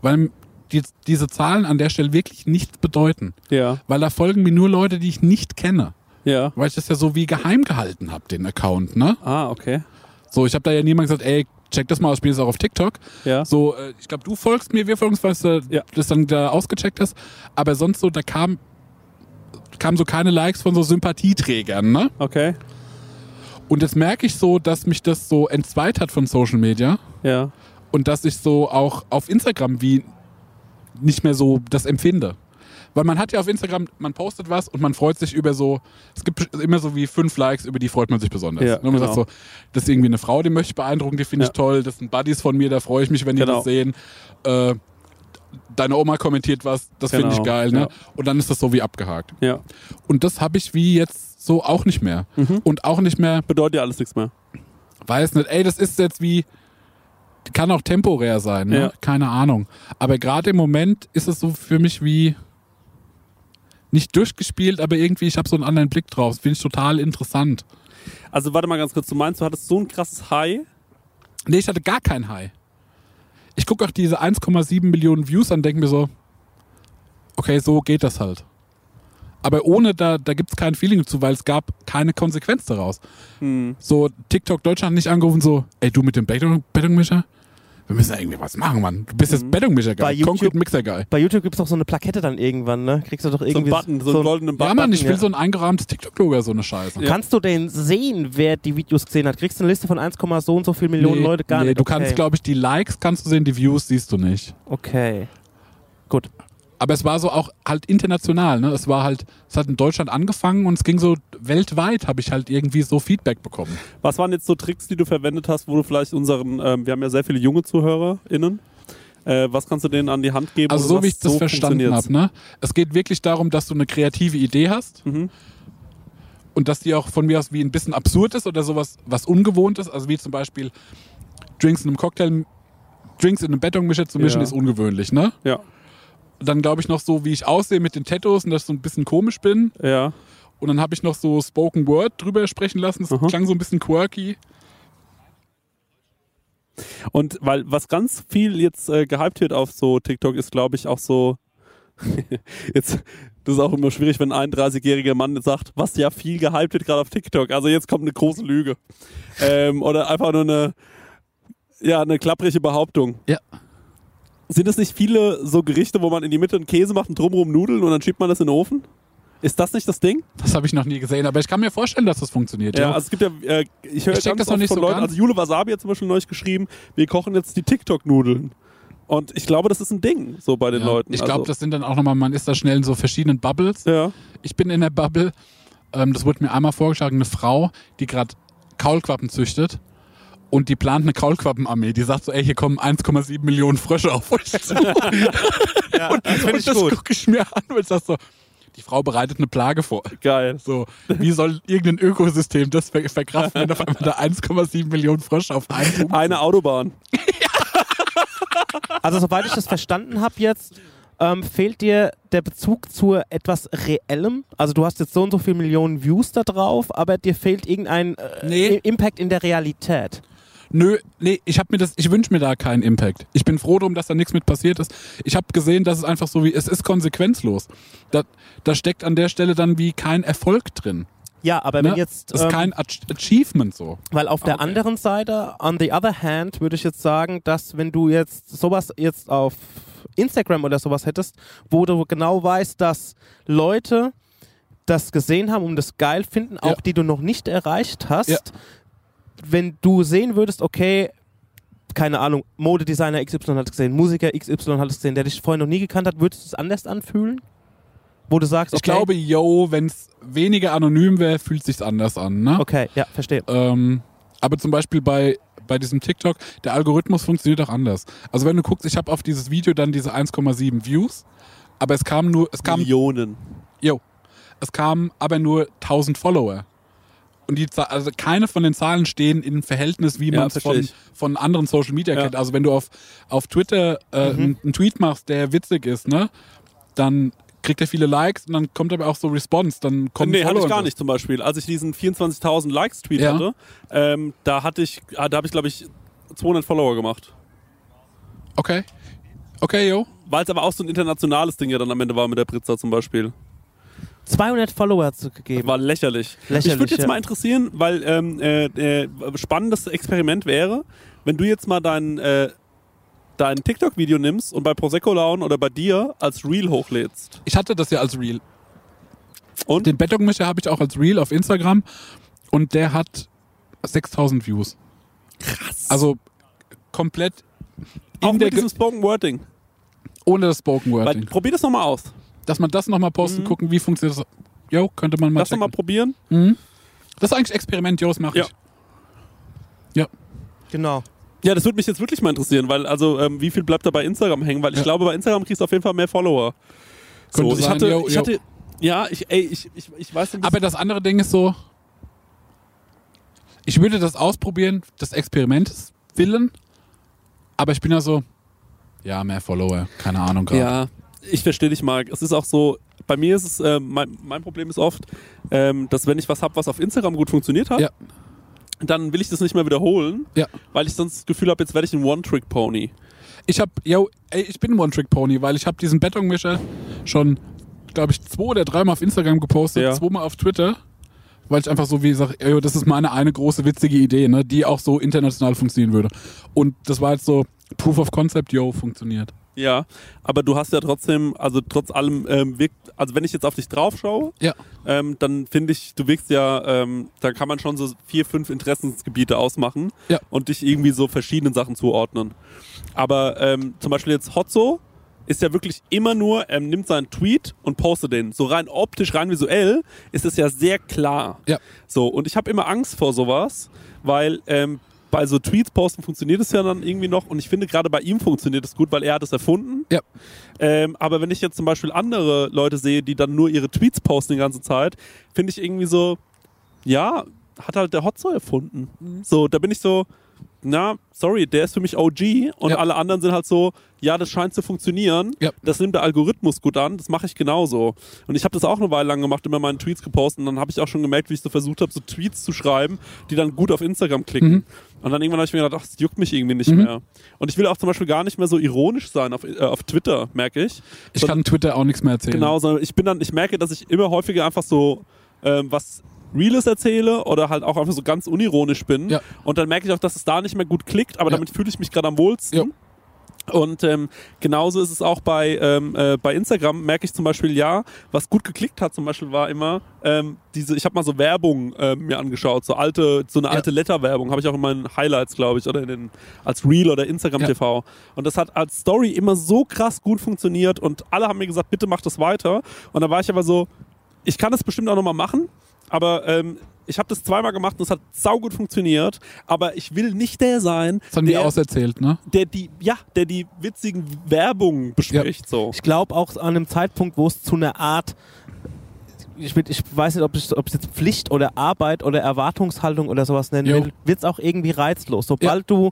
[SPEAKER 2] weil die, diese Zahlen an der Stelle wirklich nichts bedeuten.
[SPEAKER 1] Ja.
[SPEAKER 2] Weil da folgen mir nur Leute, die ich nicht kenne.
[SPEAKER 1] Ja.
[SPEAKER 2] Weil ich das ja so wie geheim gehalten habe, den Account, ne?
[SPEAKER 1] Ah, okay.
[SPEAKER 2] So, ich habe da ja niemand gesagt, ey, check das mal aus, ich bin jetzt auch auf TikTok.
[SPEAKER 1] Ja.
[SPEAKER 2] So, äh, ich glaube, du folgst mir, wir folgen uns, weil du
[SPEAKER 1] Ja.
[SPEAKER 2] das dann da ausgecheckt hast. Aber sonst so, da kam kamen so keine Likes von so Sympathieträgern, ne?
[SPEAKER 1] Okay.
[SPEAKER 2] Und jetzt merke ich so, dass mich das so entzweit hat von Social Media
[SPEAKER 1] Ja.
[SPEAKER 2] und dass ich so auch auf Instagram wie nicht mehr so das empfinde. Weil man hat ja auf Instagram, man postet was und man freut sich über so, es gibt immer so wie fünf Likes, über die freut man sich besonders.
[SPEAKER 1] Ja,
[SPEAKER 2] und man
[SPEAKER 1] genau.
[SPEAKER 2] sagt so, das ist irgendwie eine Frau, die möchte ich beeindrucken, die finde
[SPEAKER 1] Ja.
[SPEAKER 2] ich toll, das sind Buddies von mir, da freue ich mich, wenn die
[SPEAKER 1] Genau.
[SPEAKER 2] das sehen. Äh, deine Oma kommentiert was, das finde ich
[SPEAKER 1] Genau,
[SPEAKER 2] geil. Ne?
[SPEAKER 1] ja.
[SPEAKER 2] Und dann ist das so wie abgehakt.
[SPEAKER 1] Ja.
[SPEAKER 2] Und das habe ich wie jetzt so auch nicht mehr.
[SPEAKER 1] Mhm.
[SPEAKER 2] Und auch nicht mehr
[SPEAKER 1] Bedeutet ja alles nichts mehr.
[SPEAKER 2] weiß nicht, ey, das ist jetzt wie, kann auch temporär sein, ne?
[SPEAKER 1] Ja.
[SPEAKER 2] keine Ahnung. Aber gerade im Moment ist es so für mich wie, nicht durchgespielt, aber irgendwie, ich habe so einen anderen Blick drauf. Das finde ich total interessant.
[SPEAKER 1] Also warte mal ganz kurz. Du meinst, du hattest so ein krasses High?
[SPEAKER 2] Nee, ich hatte gar kein High. Ich gucke auch diese 1,7 Millionen Views an, denke mir so, okay, so geht das halt. Aber ohne, da, da gibt es kein Feeling zu, weil es gab keine Konsequenz daraus.
[SPEAKER 3] Hm.
[SPEAKER 2] So, TikTok Deutschland nicht angerufen, so, ey, du mit dem Bettung- Bettungmischer? Wir müssen ja irgendwie was machen, Mann. Du bist jetzt
[SPEAKER 3] Hm. Bei
[SPEAKER 2] Bettungmischer-Guy,
[SPEAKER 3] YouTube-
[SPEAKER 2] Concrete-Mixer-Guy.
[SPEAKER 3] Bei YouTube gibt es doch so eine Plakette dann irgendwann, ne? Kriegst du doch
[SPEAKER 1] So
[SPEAKER 3] irgendwie
[SPEAKER 1] einen Button, so einen goldenen
[SPEAKER 2] Ja,
[SPEAKER 1] Button.
[SPEAKER 2] Mann, ich will
[SPEAKER 3] ja.
[SPEAKER 2] so ein eingerahmtes TikTok-Logo, oder so eine Scheiße.
[SPEAKER 3] Kannst du denn sehen, wer die Videos gesehen hat? Kriegst du eine Liste von 1, so und so viel Millionen Leute gar nicht?
[SPEAKER 2] Du kannst,
[SPEAKER 3] okay.
[SPEAKER 2] glaube ich, die Likes kannst du sehen, die Views siehst du nicht.
[SPEAKER 3] Okay. Gut.
[SPEAKER 2] Aber es war so auch halt international, ne? Es war halt, es hat in Deutschland angefangen und es ging so weltweit, habe ich halt irgendwie so Feedback bekommen.
[SPEAKER 1] Was waren jetzt so Tricks, die du verwendet hast, wo du vielleicht unseren, ähm, wir haben ja sehr viele junge ZuhörerInnen, äh, was kannst du denen an die Hand geben?
[SPEAKER 2] Also
[SPEAKER 1] oder
[SPEAKER 2] so wie
[SPEAKER 1] was
[SPEAKER 2] ich das verstanden
[SPEAKER 1] funktioniert's?
[SPEAKER 2] habe, ne? Es geht wirklich darum, dass du eine kreative Idee hast.
[SPEAKER 1] Mhm.
[SPEAKER 2] Und dass die auch von mir aus wie ein bisschen absurd ist oder sowas, was ungewohnt ist. Also wie zum Beispiel Drinks in einem Cocktail, Drinks in einem Betonmischer zu mischen,
[SPEAKER 1] Ja.
[SPEAKER 2] ist ungewöhnlich, ne?
[SPEAKER 1] Ja,
[SPEAKER 2] Dann glaube ich noch so, wie ich aussehe mit den Tattoos und dass ich so ein bisschen komisch bin.
[SPEAKER 1] ja,
[SPEAKER 2] Und dann habe ich noch so Spoken Word drüber sprechen lassen. Das
[SPEAKER 1] Aha.
[SPEAKER 2] klang so ein bisschen quirky.
[SPEAKER 1] Und weil was ganz viel *laughs* jetzt äh, gehypt wird auf so TikTok ist, glaube ich, auch so. jetzt, das ist auch immer schwierig, wenn ein 30-jähriger Mann sagt, was ja viel gehypt wird gerade auf TikTok. Also jetzt kommt eine große Lüge. ähm, oder einfach nur eine, ja, eine klapprige Behauptung.
[SPEAKER 7] Ja.
[SPEAKER 1] Sind es nicht viele so Gerichte, wo man in die Mitte einen Käse macht und drumherum Nudeln und dann schiebt man das in den Ofen? Ist das nicht das Ding?
[SPEAKER 2] Das habe ich noch nie gesehen, aber ich kann mir vorstellen, dass das funktioniert.
[SPEAKER 1] Ja,
[SPEAKER 2] Ja,
[SPEAKER 1] also es gibt ja, äh, ich höre
[SPEAKER 2] Ich check
[SPEAKER 1] ganz
[SPEAKER 2] das noch
[SPEAKER 1] oft
[SPEAKER 2] nicht
[SPEAKER 1] von
[SPEAKER 2] so
[SPEAKER 1] Leuten,
[SPEAKER 2] ganz.
[SPEAKER 1] also Jule Wasabi hat zum Beispiel neulich geschrieben, wir kochen jetzt die TikTok-Nudeln. Und ich glaube, das ist ein Ding, so bei den
[SPEAKER 2] ja.
[SPEAKER 1] Leuten.
[SPEAKER 2] Ich glaube,
[SPEAKER 1] also,
[SPEAKER 2] das sind dann auch nochmal, man ist da schnell in so verschiedenen Bubbles.
[SPEAKER 1] Ja.
[SPEAKER 2] Ich bin in der Bubble, ähm, das wurde mir einmal vorgeschlagen, eine Frau, die gerade Kaulquappen züchtet und die plant eine Kaulquappenarmee. Die sagt so, ey, hier kommen 1,7 Millionen Frösche auf
[SPEAKER 1] *laughs*
[SPEAKER 2] euch zu. und das,
[SPEAKER 6] find ich
[SPEAKER 2] und das
[SPEAKER 6] gut.
[SPEAKER 2] gucke ich mir an und sag so, die Frau bereitet eine Plage vor.
[SPEAKER 1] Geil.
[SPEAKER 2] So, wie soll irgendein Ökosystem das ver- verkraften, wenn auf einmal da 1,7 Millionen Frösche auf einen
[SPEAKER 1] Eine Autobahn.
[SPEAKER 3] Also soweit ich das verstanden habe jetzt, ähm, fehlt dir der Bezug zu etwas Reellem? Also du hast jetzt so und so viele Millionen Views da drauf, aber dir fehlt irgendein äh,
[SPEAKER 2] Nee.
[SPEAKER 3] I- Impact in der Realität.
[SPEAKER 2] Nö, nee, ich hab mir das, ich wünsch mir da keinen Impact. Ich bin froh drum, dass da nichts mit passiert ist. Ich habe gesehen, dass es einfach so wie, es ist konsequenzlos. Da, da steckt an der Stelle dann wie kein Erfolg drin.
[SPEAKER 3] Ja, aber
[SPEAKER 2] Ne?
[SPEAKER 3] wenn jetzt...
[SPEAKER 2] das ist
[SPEAKER 3] ähm,
[SPEAKER 2] kein Ach- Achievement so.
[SPEAKER 3] Weil auf
[SPEAKER 2] Ah,
[SPEAKER 3] der
[SPEAKER 2] Okay.
[SPEAKER 3] anderen Seite, on the other hand, würde ich jetzt sagen, dass wenn du jetzt sowas jetzt auf Instagram oder sowas hättest, wo du genau weißt, dass Leute das gesehen haben und das geil finden, auch die du noch nicht erreicht hast,
[SPEAKER 2] Ja.
[SPEAKER 3] wenn du sehen würdest, okay, keine Ahnung, Modedesigner XY hat es gesehen, Musiker XY hat es gesehen, der dich vorher noch nie gekannt hat, würdest du es anders anfühlen? Wo du sagst, okay,
[SPEAKER 2] Ich glaube, yo, wenn's weniger anonym wäre, fühlt sich's anders an. Ne?
[SPEAKER 3] okay, ja, verstehe.
[SPEAKER 2] Ähm, aber zum Beispiel bei, bei diesem TikTok, der Algorithmus funktioniert auch anders. Also wenn du guckst, ich habe auf dieses Video dann diese 1,7 Views, aber es kamen nur, es kamen
[SPEAKER 1] Millionen.
[SPEAKER 2] Jo. Es kamen aber nur 1000 Follower. Und die, Za- also keine von den Zahlen stehen in Verhältnis, wie
[SPEAKER 1] Ja,
[SPEAKER 2] man es
[SPEAKER 1] verstehe
[SPEAKER 2] von,
[SPEAKER 1] ich.
[SPEAKER 2] von anderen Social Media
[SPEAKER 1] Ja. Mhm.
[SPEAKER 2] kennt. Also wenn du auf, auf Twitter äh, einen- einen Tweet machst, der witzig ist, ne, dann kriegt er viele Likes und dann kommt aber auch so Response. Dann kommen
[SPEAKER 1] nee, hatte
[SPEAKER 2] Follower
[SPEAKER 1] ich gar
[SPEAKER 2] und so.
[SPEAKER 1] nicht zum Beispiel. Als ich diesen 24.000 Likes-Tweet
[SPEAKER 2] Ja.
[SPEAKER 1] hatte, ähm, da hatte ich, ah, da habe ich glaube ich 200 Follower gemacht.
[SPEAKER 2] Okay. Okay, yo.
[SPEAKER 1] Weil es aber auch so ein internationales Ding ja dann am Ende war mit der Britza zum Beispiel.
[SPEAKER 3] 200 Follower hat es gegeben.
[SPEAKER 1] War lächerlich.
[SPEAKER 3] Lächerlich,
[SPEAKER 1] ich würde jetzt
[SPEAKER 3] ja.
[SPEAKER 1] mal interessieren, weil ähm, äh, äh, spannendes Experiment wäre, wenn du jetzt mal dein, äh, dein TikTok-Video nimmst und bei Prosecco Laune oder bei dir als Reel hochlädst.
[SPEAKER 2] Ich hatte das ja als Real.
[SPEAKER 1] Und?
[SPEAKER 2] Den Bettdogmischer habe ich auch als Real auf Instagram und der hat 6000 Views. Krass. Also komplett
[SPEAKER 1] Auch
[SPEAKER 2] der
[SPEAKER 1] mit
[SPEAKER 2] Ge-
[SPEAKER 1] diesem Spoken Wording.
[SPEAKER 2] ohne das Spoken Word.
[SPEAKER 1] Weil, probier das nochmal aus.
[SPEAKER 2] dass man das nochmal posten, gucken, wie funktioniert das. Jo, könnte man mal
[SPEAKER 1] Lass
[SPEAKER 2] checken.
[SPEAKER 1] nochmal probieren.
[SPEAKER 2] das ist eigentlich Experiment, jo, das mache
[SPEAKER 1] Ja.
[SPEAKER 2] ich. Ja.
[SPEAKER 3] genau.
[SPEAKER 1] Ja, das würde mich jetzt wirklich mal interessieren, weil also ähm, wie viel bleibt da bei Instagram hängen? Weil ich
[SPEAKER 2] Ja.
[SPEAKER 1] glaube, bei Instagram kriegst du auf jeden Fall mehr Follower.
[SPEAKER 2] Könnte
[SPEAKER 1] ich
[SPEAKER 2] sein,
[SPEAKER 1] hatte,
[SPEAKER 2] yo,
[SPEAKER 1] ich
[SPEAKER 2] yo.
[SPEAKER 1] hatte, ja, ich, ey, ich, ich, ich weiß nicht.
[SPEAKER 2] Aber das andere Ding ist so, ich würde das ausprobieren, des Experiments willen, aber ich bin ja so, ja, mehr Follower, keine Ahnung gerade.
[SPEAKER 1] ja, ich verstehe dich, Marc. Es ist auch so, bei mir ist es, ähm, mein, mein Problem ist oft, ähm, dass wenn ich was hab, was auf Instagram gut funktioniert hat,
[SPEAKER 2] Ja.
[SPEAKER 1] dann will ich das nicht mehr wiederholen,
[SPEAKER 2] Ja.
[SPEAKER 1] weil ich sonst das Gefühl habe, jetzt werde ich ein One-Trick-Pony.
[SPEAKER 2] Ich hab, yo, ey, ich bin ein One-Trick-Pony, weil ich habe diesen Betonmischer schon, glaube ich, zwei oder dreimal auf Instagram gepostet,
[SPEAKER 1] Ja.
[SPEAKER 2] zweimal auf Twitter, weil ich einfach so wie sage, yo, das ist meine eine große witzige Idee, ne, die auch so international funktionieren würde. Und das war jetzt so Proof of Concept, yo, funktioniert.
[SPEAKER 1] Ja, aber du hast ja trotzdem, also trotz allem ähm, wirkt, also wenn ich jetzt auf dich drauf schaue,
[SPEAKER 2] Ja.
[SPEAKER 1] ähm, dann finde ich, du wirkst ja, ähm, da kann man schon so vier, fünf Interessensgebiete ausmachen
[SPEAKER 2] Ja.
[SPEAKER 1] und dich irgendwie so verschiedenen Sachen zuordnen. Aber ähm, zum Beispiel jetzt Hotzo ist ja wirklich immer nur, ähm, nimmt seinen Tweet und postet den. So rein optisch, rein visuell ist es ja sehr klar.
[SPEAKER 2] Ja.
[SPEAKER 1] So, und ich habe immer Angst vor sowas, weil ähm, bei so Tweets posten funktioniert es ja dann irgendwie noch und ich finde gerade bei ihm funktioniert es gut, weil er hat es erfunden.
[SPEAKER 2] Ja.
[SPEAKER 1] Ähm, aber wenn ich jetzt zum Beispiel andere Leute sehe, die dann nur ihre Tweets posten die ganze Zeit, finde ich irgendwie so, ja, hat halt der Hotzo erfunden.
[SPEAKER 2] Mhm.
[SPEAKER 1] So, da bin ich so, na, sorry, der ist für mich OG und
[SPEAKER 2] Ja.
[SPEAKER 1] alle anderen sind halt so, ja, das scheint zu funktionieren,
[SPEAKER 2] Ja.
[SPEAKER 1] das nimmt der Algorithmus gut an, das mache ich genauso. Und ich habe das auch eine Weile lang gemacht, immer meine
[SPEAKER 2] Mhm.
[SPEAKER 1] Tweets gepostet und dann habe ich auch schon gemerkt, wie ich so versucht habe, so Tweets zu schreiben, die dann gut auf Instagram klicken. Und dann irgendwann habe ich mir gedacht, ach, das juckt mich irgendwie nicht mehr. Und ich will auch zum Beispiel gar nicht mehr so ironisch sein auf, äh, auf Twitter, merke ich.
[SPEAKER 2] Ich kann Twitter auch nichts mehr erzählen.
[SPEAKER 1] Genau, sondern ich bin dann, ich merke, dass ich immer häufiger einfach so ähm, was Reales erzähle oder halt auch einfach so ganz unironisch bin.
[SPEAKER 2] Ja.
[SPEAKER 1] Und dann merke ich auch, dass es da nicht mehr gut klickt, aber
[SPEAKER 2] Ja.
[SPEAKER 1] damit fühle ich mich gerade am wohlsten.
[SPEAKER 2] Ja.
[SPEAKER 1] Und ähm, genauso ist es auch bei, ähm, äh, bei Instagram, merke ich zum Beispiel, ja, was gut geklickt hat zum Beispiel war immer, ähm, diese, ich habe mal so Werbung ähm, mir angeschaut, so alte, so eine alte Letterwerbung, habe ich auch in meinen Highlights, glaube ich, oder in den, als Reel oder Instagram
[SPEAKER 2] Ja.
[SPEAKER 1] TV. Und das hat als Story immer so krass gut funktioniert und alle haben mir gesagt, bitte mach das weiter. Und da war ich aber so, ich kann das bestimmt auch nochmal machen, aber ähm, ich habe das zweimal gemacht und es hat saugut funktioniert, aber ich will nicht der sein,
[SPEAKER 2] Das haben die
[SPEAKER 1] der-
[SPEAKER 2] auserzählt, ne?
[SPEAKER 1] der die, ja, der die witzigen Werbung bespricht. So.
[SPEAKER 3] Ich glaube auch an einem Zeitpunkt, wo es zu einer Art, ich, will- ich weiß nicht, ob ich- ob es jetzt Pflicht oder Arbeit oder Erwartungshaltung oder sowas nennen
[SPEAKER 2] Jo.
[SPEAKER 3] will, wird es auch irgendwie reizlos. Sobald du,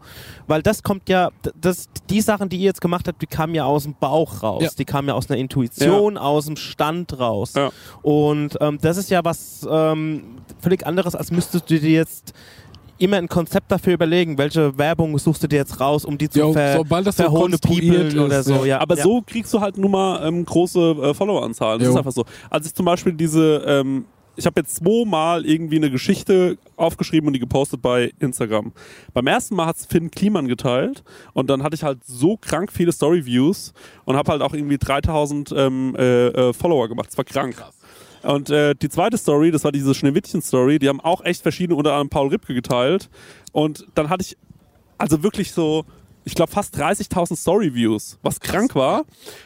[SPEAKER 3] weil das kommt ja, d- das, die Sachen, die ihr jetzt gemacht habt, die kamen ja aus dem Bauch raus,
[SPEAKER 2] Ja.
[SPEAKER 3] die kamen ja aus einer Intuition, aus dem Stand raus.
[SPEAKER 1] Ja.
[SPEAKER 3] Und ähm, das ist ja was ähm, völlig anderes, als müsstest du dir jetzt immer ein Konzept dafür überlegen, welche Werbung suchst du dir jetzt raus, um die zu
[SPEAKER 2] Jo,
[SPEAKER 3] ver
[SPEAKER 2] sobald das so
[SPEAKER 3] verhohne
[SPEAKER 2] konstruiert
[SPEAKER 3] People oder
[SPEAKER 2] ist,
[SPEAKER 3] so.
[SPEAKER 2] ja.
[SPEAKER 3] Genau, Ja.
[SPEAKER 1] Aber
[SPEAKER 3] ja.
[SPEAKER 1] so kriegst du halt nur mal ähm, große äh, Followeranzahlen. Das
[SPEAKER 2] Jo.
[SPEAKER 1] ist einfach so. Als ich zum Beispiel diese, ähm, ich habe jetzt zweimal irgendwie eine Geschichte aufgeschrieben und die gepostet bei Instagram. Beim ersten Mal hat es Finn Kliman geteilt und dann hatte ich halt so krank viele Story-Views und habe halt auch irgendwie 3000 ähm, äh, äh, Follower gemacht. Das war krank. Und äh, die zweite Story, das war diese Schneewittchen-Story, die haben auch echt verschiedene, unter anderem Paul Ripke geteilt. Und dann hatte ich also wirklich so, ich glaube fast 30.000 Story-Views, was krank war.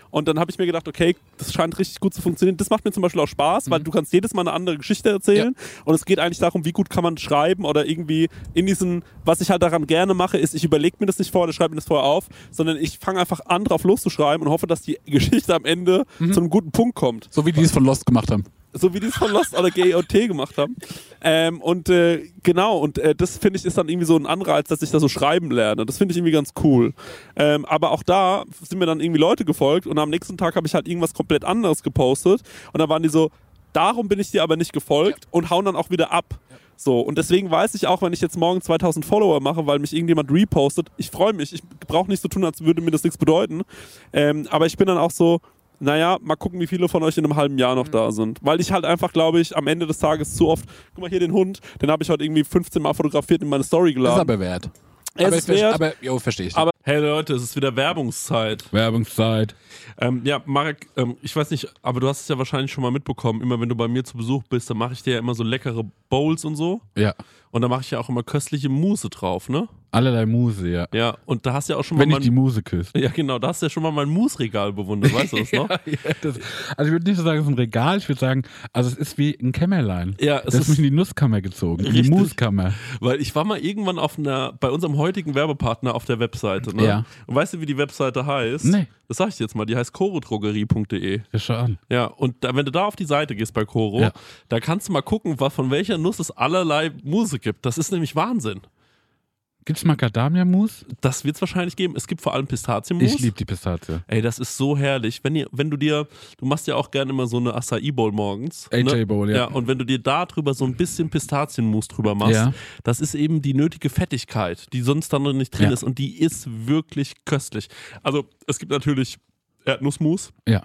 [SPEAKER 1] Und dann habe ich mir gedacht, okay, das scheint richtig gut zu funktionieren. Das macht mir zum Beispiel auch Spaß, weil du kannst jedes Mal eine andere Geschichte erzählen. Und es geht eigentlich darum, wie gut kann man schreiben oder irgendwie in diesen, was ich halt daran gerne mache, ist, ich überlege mir das nicht vorher, oder schreibe mir das vorher auf, sondern ich fange einfach an, drauf loszuschreiben und hoffe, dass die *laughs* Geschichte am Ende zu einem guten Punkt kommt
[SPEAKER 2] So wie die es von Lost gemacht haben.
[SPEAKER 1] so wie die es von Lost oder GOT gemacht haben. Ähm, und äh, genau, und äh, das finde ich ist dann irgendwie so ein Anreiz, dass ich da so schreiben lerne. Das finde ich irgendwie ganz cool. Ähm, aber auch da sind mir dann irgendwie Leute gefolgt und am nächsten Tag habe ich halt irgendwas komplett anderes gepostet und dann waren die so, darum bin ich dir aber nicht gefolgt und hauen dann auch wieder ab. So, und deswegen weiß ich auch, wenn ich jetzt morgen 2000 Follower mache, weil mich irgendjemand repostet, ich freue mich, ich brauche nicht so tun, als würde mir das nichts bedeuten. Ähm, aber ich bin dann auch so, naja, mal gucken, wie viele von euch in einem halben Jahr noch da sind. Weil ich halt einfach, glaube ich, am Ende des Tages zu oft, guck mal hier den Hund, den habe ich heute irgendwie 15 Mal fotografiert in meine Story
[SPEAKER 2] Das ist
[SPEAKER 1] geladen.
[SPEAKER 2] aber wert.
[SPEAKER 1] Es
[SPEAKER 2] aber, ich verste-
[SPEAKER 1] wert.
[SPEAKER 2] aber jo, verstehe ich.
[SPEAKER 1] Aber-
[SPEAKER 8] Hey Leute, es ist wieder Werbungszeit.
[SPEAKER 2] Werbungszeit.
[SPEAKER 8] Ähm, ja, Marek, ähm, ich weiß nicht, aber du hast es ja wahrscheinlich schon mal mitbekommen. Immer wenn du bei mir zu Besuch bist, dann mache ich dir ja immer so leckere Bowls und so.
[SPEAKER 2] Ja.
[SPEAKER 8] Und da mache ich ja auch immer köstliche Mousse drauf, ne?
[SPEAKER 2] Allerlei Muse, ja.
[SPEAKER 8] Ja, und da hast du ja auch schon
[SPEAKER 2] Wenn
[SPEAKER 8] mal
[SPEAKER 2] ich die
[SPEAKER 8] mein,
[SPEAKER 2] Muse küsse.
[SPEAKER 8] *laughs* Ja, genau, da hast du ja schon mal mein Mousse-Regal bewundert, weißt du
[SPEAKER 7] *laughs*
[SPEAKER 8] das noch?
[SPEAKER 7] Das, also ich würde nicht so sagen, es ist ein Regal, ich würde sagen, also es ist wie ein Kämmerlein.
[SPEAKER 8] Ja, es
[SPEAKER 7] das ist
[SPEAKER 8] ist-
[SPEAKER 7] mich in die Nusskammer gezogen, in die
[SPEAKER 8] Richtig.
[SPEAKER 7] Muskammer.
[SPEAKER 8] Weil ich war mal irgendwann auf einer, bei unserem heutigen Werbepartner auf der Webseite, ne?
[SPEAKER 7] Ja.
[SPEAKER 8] Und weißt du, wie die Webseite heißt?
[SPEAKER 7] Nee.
[SPEAKER 8] Das sag ich dir jetzt mal, die heißt chorodrogerie.de.
[SPEAKER 7] Ja, schau an.
[SPEAKER 8] Ja, und da, wenn du da auf die Seite gehst bei Coro,
[SPEAKER 7] Ja.
[SPEAKER 8] da kannst du mal gucken, was, von welcher Nuss es allerlei Musik gibt. Das ist nämlich Wahnsinn.
[SPEAKER 7] Gibt's Macadamia-Mus?
[SPEAKER 8] Das wird es wahrscheinlich geben. Es gibt vor allem Pistazienmus.
[SPEAKER 7] Ich liebe die Pistazie.
[SPEAKER 8] Ey, das ist so herrlich. Wenn, ihr, wenn du dir, du machst ja auch gerne immer so eine Acai Bowl morgens. ne?
[SPEAKER 7] AJ Bowl, ja.
[SPEAKER 8] Ja, und wenn du dir da drüber so ein bisschen Pistazienmus drüber machst,
[SPEAKER 7] Ja.
[SPEAKER 8] das ist eben die nötige Fettigkeit, die sonst dann noch nicht drin
[SPEAKER 7] Ja.
[SPEAKER 8] ist. Und die ist wirklich köstlich. Also, es gibt natürlich Erdnussmus,
[SPEAKER 7] Ja,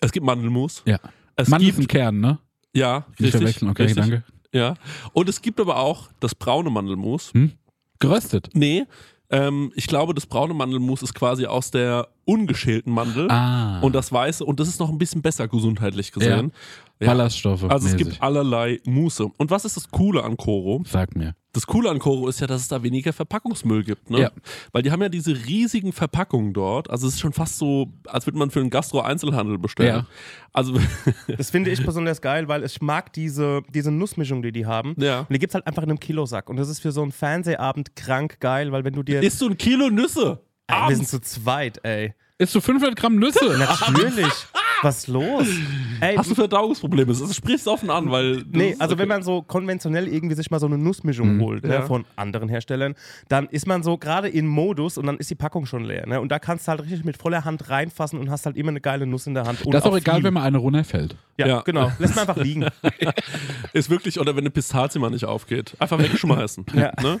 [SPEAKER 8] es gibt Mandelmus.
[SPEAKER 7] ja.
[SPEAKER 8] Es
[SPEAKER 7] Mann ist ein
[SPEAKER 8] gibt,
[SPEAKER 7] Kern, ne?
[SPEAKER 8] ja,
[SPEAKER 7] Nicht
[SPEAKER 8] richtig,
[SPEAKER 7] verwechseln, okay,
[SPEAKER 8] richtig.
[SPEAKER 7] danke.
[SPEAKER 8] Ja. Und es gibt aber auch das braune Mandelmus.
[SPEAKER 7] Geröstet.
[SPEAKER 8] Nee, ähm, ich glaube, das braune Mandelmus ist quasi aus der ungeschälten Mandel.
[SPEAKER 7] Ah.
[SPEAKER 8] Und das weiße, und das ist noch ein bisschen besser gesundheitlich gesehen. Ja.
[SPEAKER 7] Ballaststoffe.
[SPEAKER 8] Also es
[SPEAKER 7] mäßig.
[SPEAKER 8] gibt allerlei Muße. Und was ist das Coole an Koro?
[SPEAKER 7] Sag mir.
[SPEAKER 8] Das Coole an Koro ist ja, dass es da weniger Verpackungsmüll gibt. Ne?
[SPEAKER 7] Ja.
[SPEAKER 8] Weil die haben ja diese riesigen Verpackungen dort. Also es ist schon fast so, als würde man für einen Gastro-Einzelhandel bestellen.
[SPEAKER 7] Ja.
[SPEAKER 8] Also, *laughs*
[SPEAKER 6] Das finde ich besonders geil, weil ich mag diese, diese Nussmischung, die die haben.
[SPEAKER 8] ja.
[SPEAKER 6] Und die gibt es halt einfach in einem Kilosack. Und das ist für so einen Fernsehabend krank geil, weil wenn du dir.
[SPEAKER 8] Isst du ein Kilo Nüsse?
[SPEAKER 6] Ey, wir sind
[SPEAKER 8] Abends.
[SPEAKER 6] zu zweit, ey.
[SPEAKER 7] Isst du 500 Gramm *laughs* Nüsse?
[SPEAKER 8] *laughs*
[SPEAKER 6] Natürlich. Was ist los? Ey,
[SPEAKER 8] Hast du Verdauungsprobleme? Das sprichst du offen an, weil.
[SPEAKER 6] Nee, also wenn man so konventionell irgendwie sich mal so eine Nussmischung holt ne,
[SPEAKER 8] Ja.
[SPEAKER 6] von anderen Herstellern, dann ist man so gerade in Modus und dann ist die Packung schon leer. Ne? Und da kannst du halt richtig mit voller Hand reinfassen und hast halt immer eine geile Nuss in der Hand. Und
[SPEAKER 7] Das ist auch egal,
[SPEAKER 6] viel.
[SPEAKER 7] wenn mal eine runterfällt.
[SPEAKER 6] Ja,
[SPEAKER 8] Ja.
[SPEAKER 6] genau. Lässt man einfach liegen.
[SPEAKER 2] *laughs*
[SPEAKER 8] Ist wirklich, oder wenn eine Pistazie mal nicht aufgeht. Einfach wegschmeißen.
[SPEAKER 6] Ja.
[SPEAKER 8] Ne?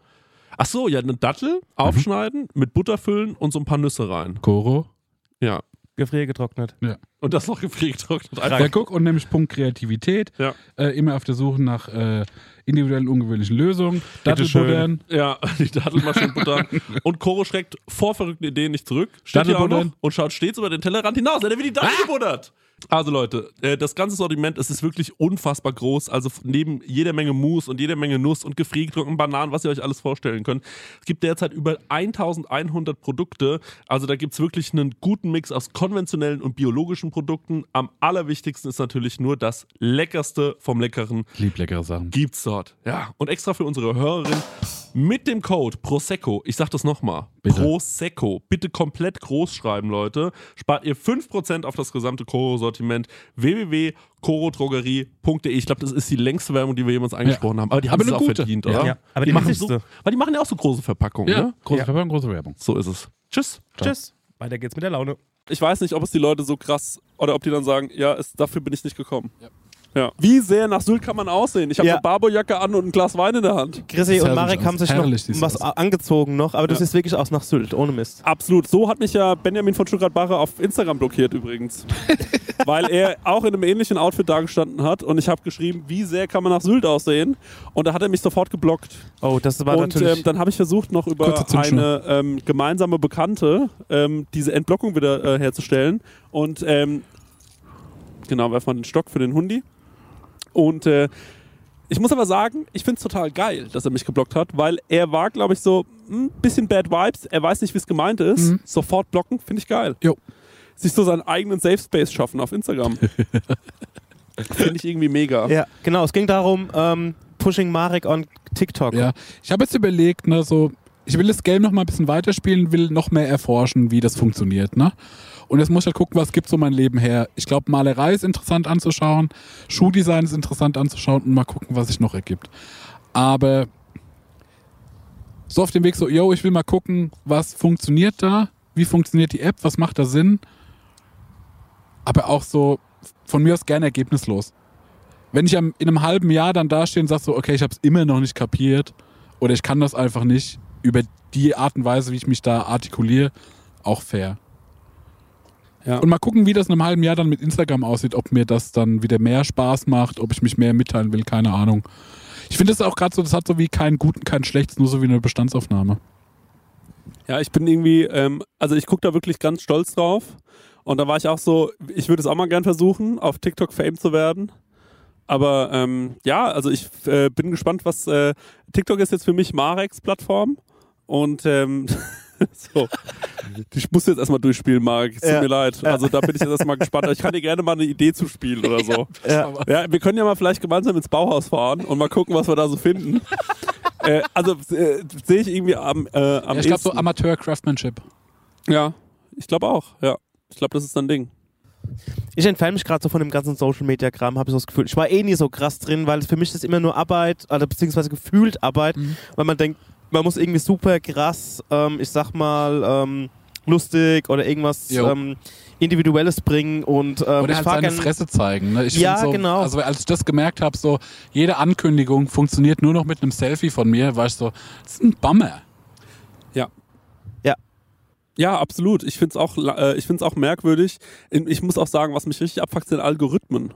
[SPEAKER 9] Ach so, ja, eine
[SPEAKER 2] Mhm.
[SPEAKER 9] Dattel aufschneiden, mit Butter füllen und so ein paar Nüsse rein.
[SPEAKER 2] Koro.
[SPEAKER 9] Ja.
[SPEAKER 10] Gefriergetrocknet.
[SPEAKER 9] Und das noch *laughs* gefriergetrocknet.
[SPEAKER 2] Ja, guck, und nämlich Punkt Kreativität.
[SPEAKER 9] Ja.
[SPEAKER 2] Äh, immer auf der Suche nach äh, individuellen, ungewöhnlichen Lösungen. Dattelbuddern.
[SPEAKER 9] Ja, *laughs* die Dattel mal schön buttern. Und Koro schreckt vor verrückten Ideen nicht zurück. Steht hier auch noch
[SPEAKER 2] Dattelbuddern.
[SPEAKER 9] und schaut stets über den Tellerrand hinaus. Er hat wie die Dattel gebuddert. Also Leute, äh, das ganze Sortiment, es ist wirklich unfassbar groß. Also f- neben jeder Menge Mousse und jeder Menge Nuss und gefriergetrockneten Bananen, was ihr euch alles vorstellen könnt. Es gibt derzeit über 1100 Produkte. Also da gibt es wirklich einen guten Mix aus konventionellen und biologischen Produkten. Am allerwichtigsten ist natürlich nur das Leckerste vom Leckeren
[SPEAKER 2] Lieb leckere Sachen.
[SPEAKER 9] gibt's dort. Ja, und extra für unsere Hörerin mit dem Code Prosecco, ich sag das nochmal,
[SPEAKER 2] Bitte.
[SPEAKER 9] Prosecco, bitte komplett groß schreiben, Leute, spart ihr 5% auf das gesamte Koro-Sortiment www.korodrogerie.de. Ich glaube, das ist die längste Werbung, die wir jemals angesprochen haben, aber die haben
[SPEAKER 2] Aber
[SPEAKER 9] es
[SPEAKER 2] eine
[SPEAKER 9] auch
[SPEAKER 2] gute.
[SPEAKER 9] verdient,
[SPEAKER 2] Ja.
[SPEAKER 9] oder?
[SPEAKER 10] Ja, aber die
[SPEAKER 9] machen so,
[SPEAKER 10] wichtigste.
[SPEAKER 9] Weil die machen ja auch so große Verpackungen,
[SPEAKER 2] Ja,
[SPEAKER 9] ne?
[SPEAKER 2] große
[SPEAKER 10] Ja.
[SPEAKER 2] Verpackung, große Werbung.
[SPEAKER 9] So ist es. Tschüss.
[SPEAKER 10] Tschüss. Weiter geht's mit der Laune.
[SPEAKER 1] Ich weiß nicht, ob es die Leute so krass oder ob die dann sagen, ja, es, dafür bin ich nicht gekommen. Ja. Wie sehr nach Sylt kann man aussehen? Ich habe
[SPEAKER 3] Ja.
[SPEAKER 1] eine Barberjacke an und ein Glas Wein in der Hand.
[SPEAKER 3] Chrissy
[SPEAKER 2] Das
[SPEAKER 3] und
[SPEAKER 2] herrlich
[SPEAKER 3] Marek
[SPEAKER 2] aus.
[SPEAKER 3] haben sich
[SPEAKER 2] Herrlich
[SPEAKER 3] noch
[SPEAKER 2] sieht's
[SPEAKER 3] was
[SPEAKER 2] aus.
[SPEAKER 3] angezogen noch, aber du siehst wirklich aus nach Sylt, ohne Mist.
[SPEAKER 1] Absolut. So hat mich ja Benjamin von Stuttgart-Barre auf Instagram blockiert übrigens. Weil er auch in einem ähnlichen Outfit dagestanden hat und ich habe geschrieben, wie sehr kann man nach Sylt aussehen? Und da hat er mich sofort geblockt.
[SPEAKER 3] Oh, das war
[SPEAKER 1] und
[SPEAKER 3] natürlich...
[SPEAKER 1] ähm, dann habe ich versucht, noch über
[SPEAKER 11] Kurze Zündschnur.
[SPEAKER 1] eine ähm, gemeinsame Bekannte ähm, diese Entblockung wieder äh, herzustellen. Und ähm, genau, werf mal den Stock für den Hundi. Und äh, ich muss aber sagen, ich finde es total geil, dass er mich geblockt hat, weil er war, glaube ich, so ein bisschen bad vibes. Er weiß nicht, wie es gemeint ist. Sofort blocken, finde ich geil.
[SPEAKER 2] Jo.
[SPEAKER 1] Sich so seinen eigenen Safe Space schaffen auf Instagram. finde ich irgendwie mega.
[SPEAKER 3] ja, genau, es ging darum, ähm, pushing Marek on TikTok.
[SPEAKER 2] Ja, ich habe jetzt überlegt, ne, so, ich will das Game noch mal ein bisschen weiterspielen, will noch mehr erforschen, wie das funktioniert, ne? Und jetzt muss ich halt gucken, was gibt so mein Leben her. Ich glaube, Malerei ist interessant anzuschauen, Schuhdesign ist interessant anzuschauen und mal gucken, was sich noch ergibt. Aber so auf dem Weg so, yo, ich will mal gucken, was funktioniert da, wie funktioniert die App, was macht da Sinn. Aber auch so von mir aus gerne ergebnislos wenn ich am, in einem halben Jahr dann dastehe und sag so, okay, ich habe es immer noch nicht kapiert oder ich kann das einfach nicht über die Art und Weise, wie ich mich da artikuliere, auch fair.
[SPEAKER 1] Ja.
[SPEAKER 2] Und mal gucken, wie das in einem halben Jahr dann mit Instagram aussieht, ob mir das dann wieder mehr Spaß macht, ob ich mich mehr mitteilen will, keine Ahnung. Ich finde das auch gerade so, das hat so wie keinen guten, keinen schlechten, nur so wie eine Bestandsaufnahme.
[SPEAKER 1] Ja, ich bin irgendwie, ähm, also ich gucke da wirklich ganz stolz drauf. Und da war ich auch so, ich würde es auch mal gern versuchen, auf TikTok Fame zu werden. Aber ähm, ja, also ich äh, bin gespannt, was äh, TikTok ist jetzt für mich Mareks Plattform. Und ähm, *laughs* so. Ich muss jetzt erstmal durchspielen, Marek. Es tut
[SPEAKER 3] Ja.
[SPEAKER 1] mir leid. Also da bin ich jetzt erstmal gespannt. Aber Ich kann dir gerne mal eine Idee zuspielen oder so.
[SPEAKER 3] *laughs* Ja.
[SPEAKER 1] Ja, wir können ja mal vielleicht gemeinsam ins Bauhaus fahren und mal gucken, was wir da so finden.
[SPEAKER 3] *laughs*
[SPEAKER 1] äh, also äh, sehe ich irgendwie am, äh, am
[SPEAKER 2] Ja, ich glaube so
[SPEAKER 1] ehesten.
[SPEAKER 2] Amateur-Craftsmanship.
[SPEAKER 1] Ja, ich glaube auch. Ja, ich glaube, das ist ein Ding.
[SPEAKER 3] Ich entferne mich gerade so von dem ganzen Social Media Kram, habe ich so das Gefühl. Ich war eh nie so krass drin, weil für mich ist es immer nur Arbeit, also beziehungsweise gefühlt Arbeit,
[SPEAKER 2] Mhm.
[SPEAKER 3] weil man denkt, man muss irgendwie super krass, ähm, ich sag mal, ähm, lustig oder irgendwas
[SPEAKER 2] Jo.
[SPEAKER 3] ähm, Individuelles bringen und
[SPEAKER 1] Äh,
[SPEAKER 3] ähm,
[SPEAKER 2] Oder
[SPEAKER 3] ich
[SPEAKER 2] halt
[SPEAKER 3] fahr
[SPEAKER 2] seine
[SPEAKER 3] gern-
[SPEAKER 2] Fresse zeigen. Ne? Ich
[SPEAKER 3] Ja,
[SPEAKER 2] find so,
[SPEAKER 3] genau.
[SPEAKER 2] Also als ich das gemerkt habe, so jede Ankündigung funktioniert nur noch mit einem Selfie von mir, war ich so, das ist ein Bummer.
[SPEAKER 1] Ja, absolut. Ich finde es auch, la- äh, ich find's auch merkwürdig. In- Ich muss auch sagen, was mich richtig abfuckt, sind Algorithmen.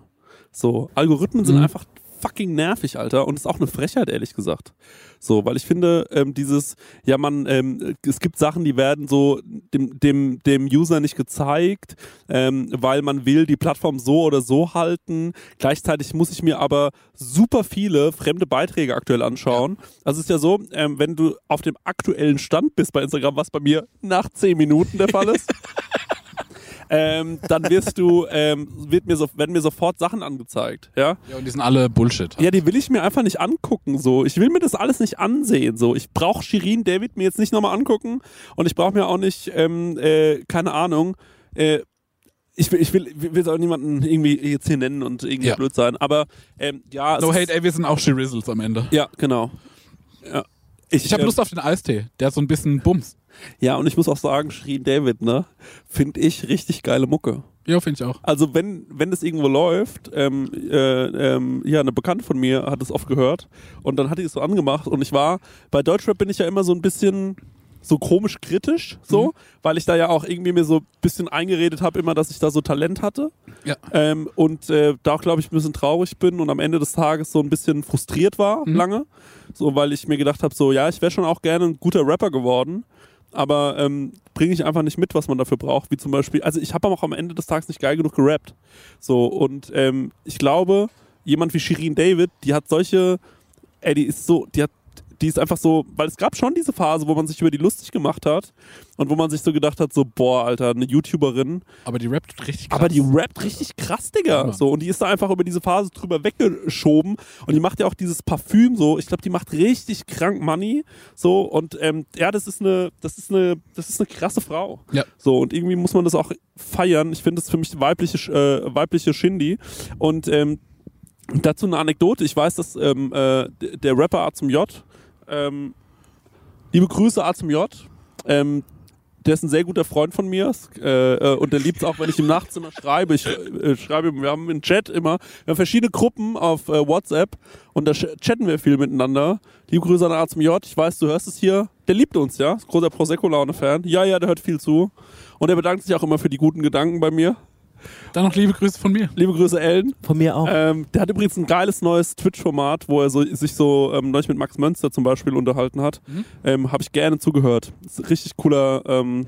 [SPEAKER 1] So, Algorithmen sind
[SPEAKER 2] Mhm.
[SPEAKER 1] einfach fucking nervig, Alter. Und ist auch eine Frechheit, ehrlich gesagt. So, weil ich finde, ähm, dieses, ja, man, ähm, es gibt Sachen, die werden so dem, dem, dem User nicht gezeigt, ähm, weil man will die Plattform so oder so halten. Gleichzeitig muss ich mir aber super viele fremde Beiträge aktuell anschauen. Also es ist ja so, ähm, wenn du auf dem aktuellen Stand bist bei Instagram, was bei mir nach 10 Minuten der Fall ist, ähm, dann wirst du, ähm, wird mir so, werden mir sofort Sachen angezeigt. Ja?
[SPEAKER 2] Ja, und die sind alle Bullshit.
[SPEAKER 1] ja, die will ich mir einfach nicht angucken. So. Ich will mir das alles nicht ansehen. So. Ich brauche Shirin David mir jetzt nicht nochmal angucken und ich brauche mir auch nicht, ähm, äh, keine Ahnung, äh, ich will, ich will, will auch niemanden irgendwie jetzt hier nennen und irgendwie
[SPEAKER 2] Ja.
[SPEAKER 1] blöd sein, aber ähm, ja. es
[SPEAKER 2] No
[SPEAKER 1] ist-
[SPEAKER 2] Hate, ey, wir sind auch Shirizzles am Ende.
[SPEAKER 1] Ja, genau. Ja.
[SPEAKER 2] Ich habe
[SPEAKER 1] ähm,
[SPEAKER 2] Lust auf den Eistee. Der hat so ein bisschen Bums.
[SPEAKER 1] Ja, und ich muss auch sagen, Shirin David, ne, finde ich richtig geile Mucke.
[SPEAKER 2] Ja, finde ich auch.
[SPEAKER 1] Also wenn, wenn das irgendwo läuft, ähm, äh, ähm, ja, eine Bekannte von mir hat es oft gehört und dann hat die es so angemacht und ich war, bei Deutschrap bin ich ja immer so ein bisschen so komisch kritisch, so, weil ich da ja auch irgendwie mir so ein bisschen eingeredet habe immer, dass ich da so Talent hatte
[SPEAKER 2] Ja.
[SPEAKER 1] ähm, und äh, da glaube ich ein bisschen traurig bin und am Ende des Tages so ein bisschen frustriert war, lange, so, weil ich mir gedacht habe, so, ja, ich wäre schon auch gerne ein guter Rapper geworden, aber ähm, bringe ich einfach nicht mit, was man dafür braucht. Wie zum Beispiel, also ich habe auch am Ende des Tages nicht geil genug gerappt. So, und ähm, ich glaube, jemand wie Shirin David, die hat solche, ey, die ist so, die hat, die ist einfach so, weil es gab schon diese Phase, wo man sich über die lustig gemacht hat und wo man sich so gedacht hat, so, boah, Alter, eine YouTuberin,
[SPEAKER 2] Aber die rappt richtig krass.
[SPEAKER 1] aber die rappt richtig krass, Digga.
[SPEAKER 2] Ja.
[SPEAKER 1] So, und die ist da einfach über diese Phase drüber weggeschoben. Und die macht ja auch dieses Parfüm so. Ich glaube, die macht richtig krank Money. So, und ähm, ja, das ist eine, das ist eine, das ist eine krasse Frau.
[SPEAKER 2] Ja.
[SPEAKER 1] So, und irgendwie muss man das auch feiern. Ich finde das für mich weibliche, Sch- äh, weibliche Shindy. Und ähm, dazu eine Anekdote. Ich weiß, dass ähm, äh, d- der Rapper A zum J, ähm, liebe Grüße A zum J, ähm, der ist ein sehr guter Freund von mir äh, äh, und der liebt es auch, wenn ich im Nachtzimmer schreibe. Ich äh, schreibe, ihm- wir haben einen Chat immer, wir haben verschiedene Gruppen auf äh, WhatsApp und da sch- chatten wir viel miteinander. Liebe Grüße an A zum J, ich weiß, du hörst es hier. Der liebt uns, ja? Ist großer Prosecco-Laune-Fan. Ja, ja, der hört viel zu. Und er bedankt sich auch immer für die guten Gedanken bei mir.
[SPEAKER 2] Dann noch liebe Grüße von mir.
[SPEAKER 1] Liebe Grüße, Ellen.
[SPEAKER 3] Von mir auch.
[SPEAKER 1] Ähm, der hat übrigens ein geiles neues Twitch-Format, wo er so, sich so ähm, neulich mit Max Mönster zum Beispiel unterhalten hat. Ähm, Habe ich gerne zugehört. Ist ein richtig cooler, ähm,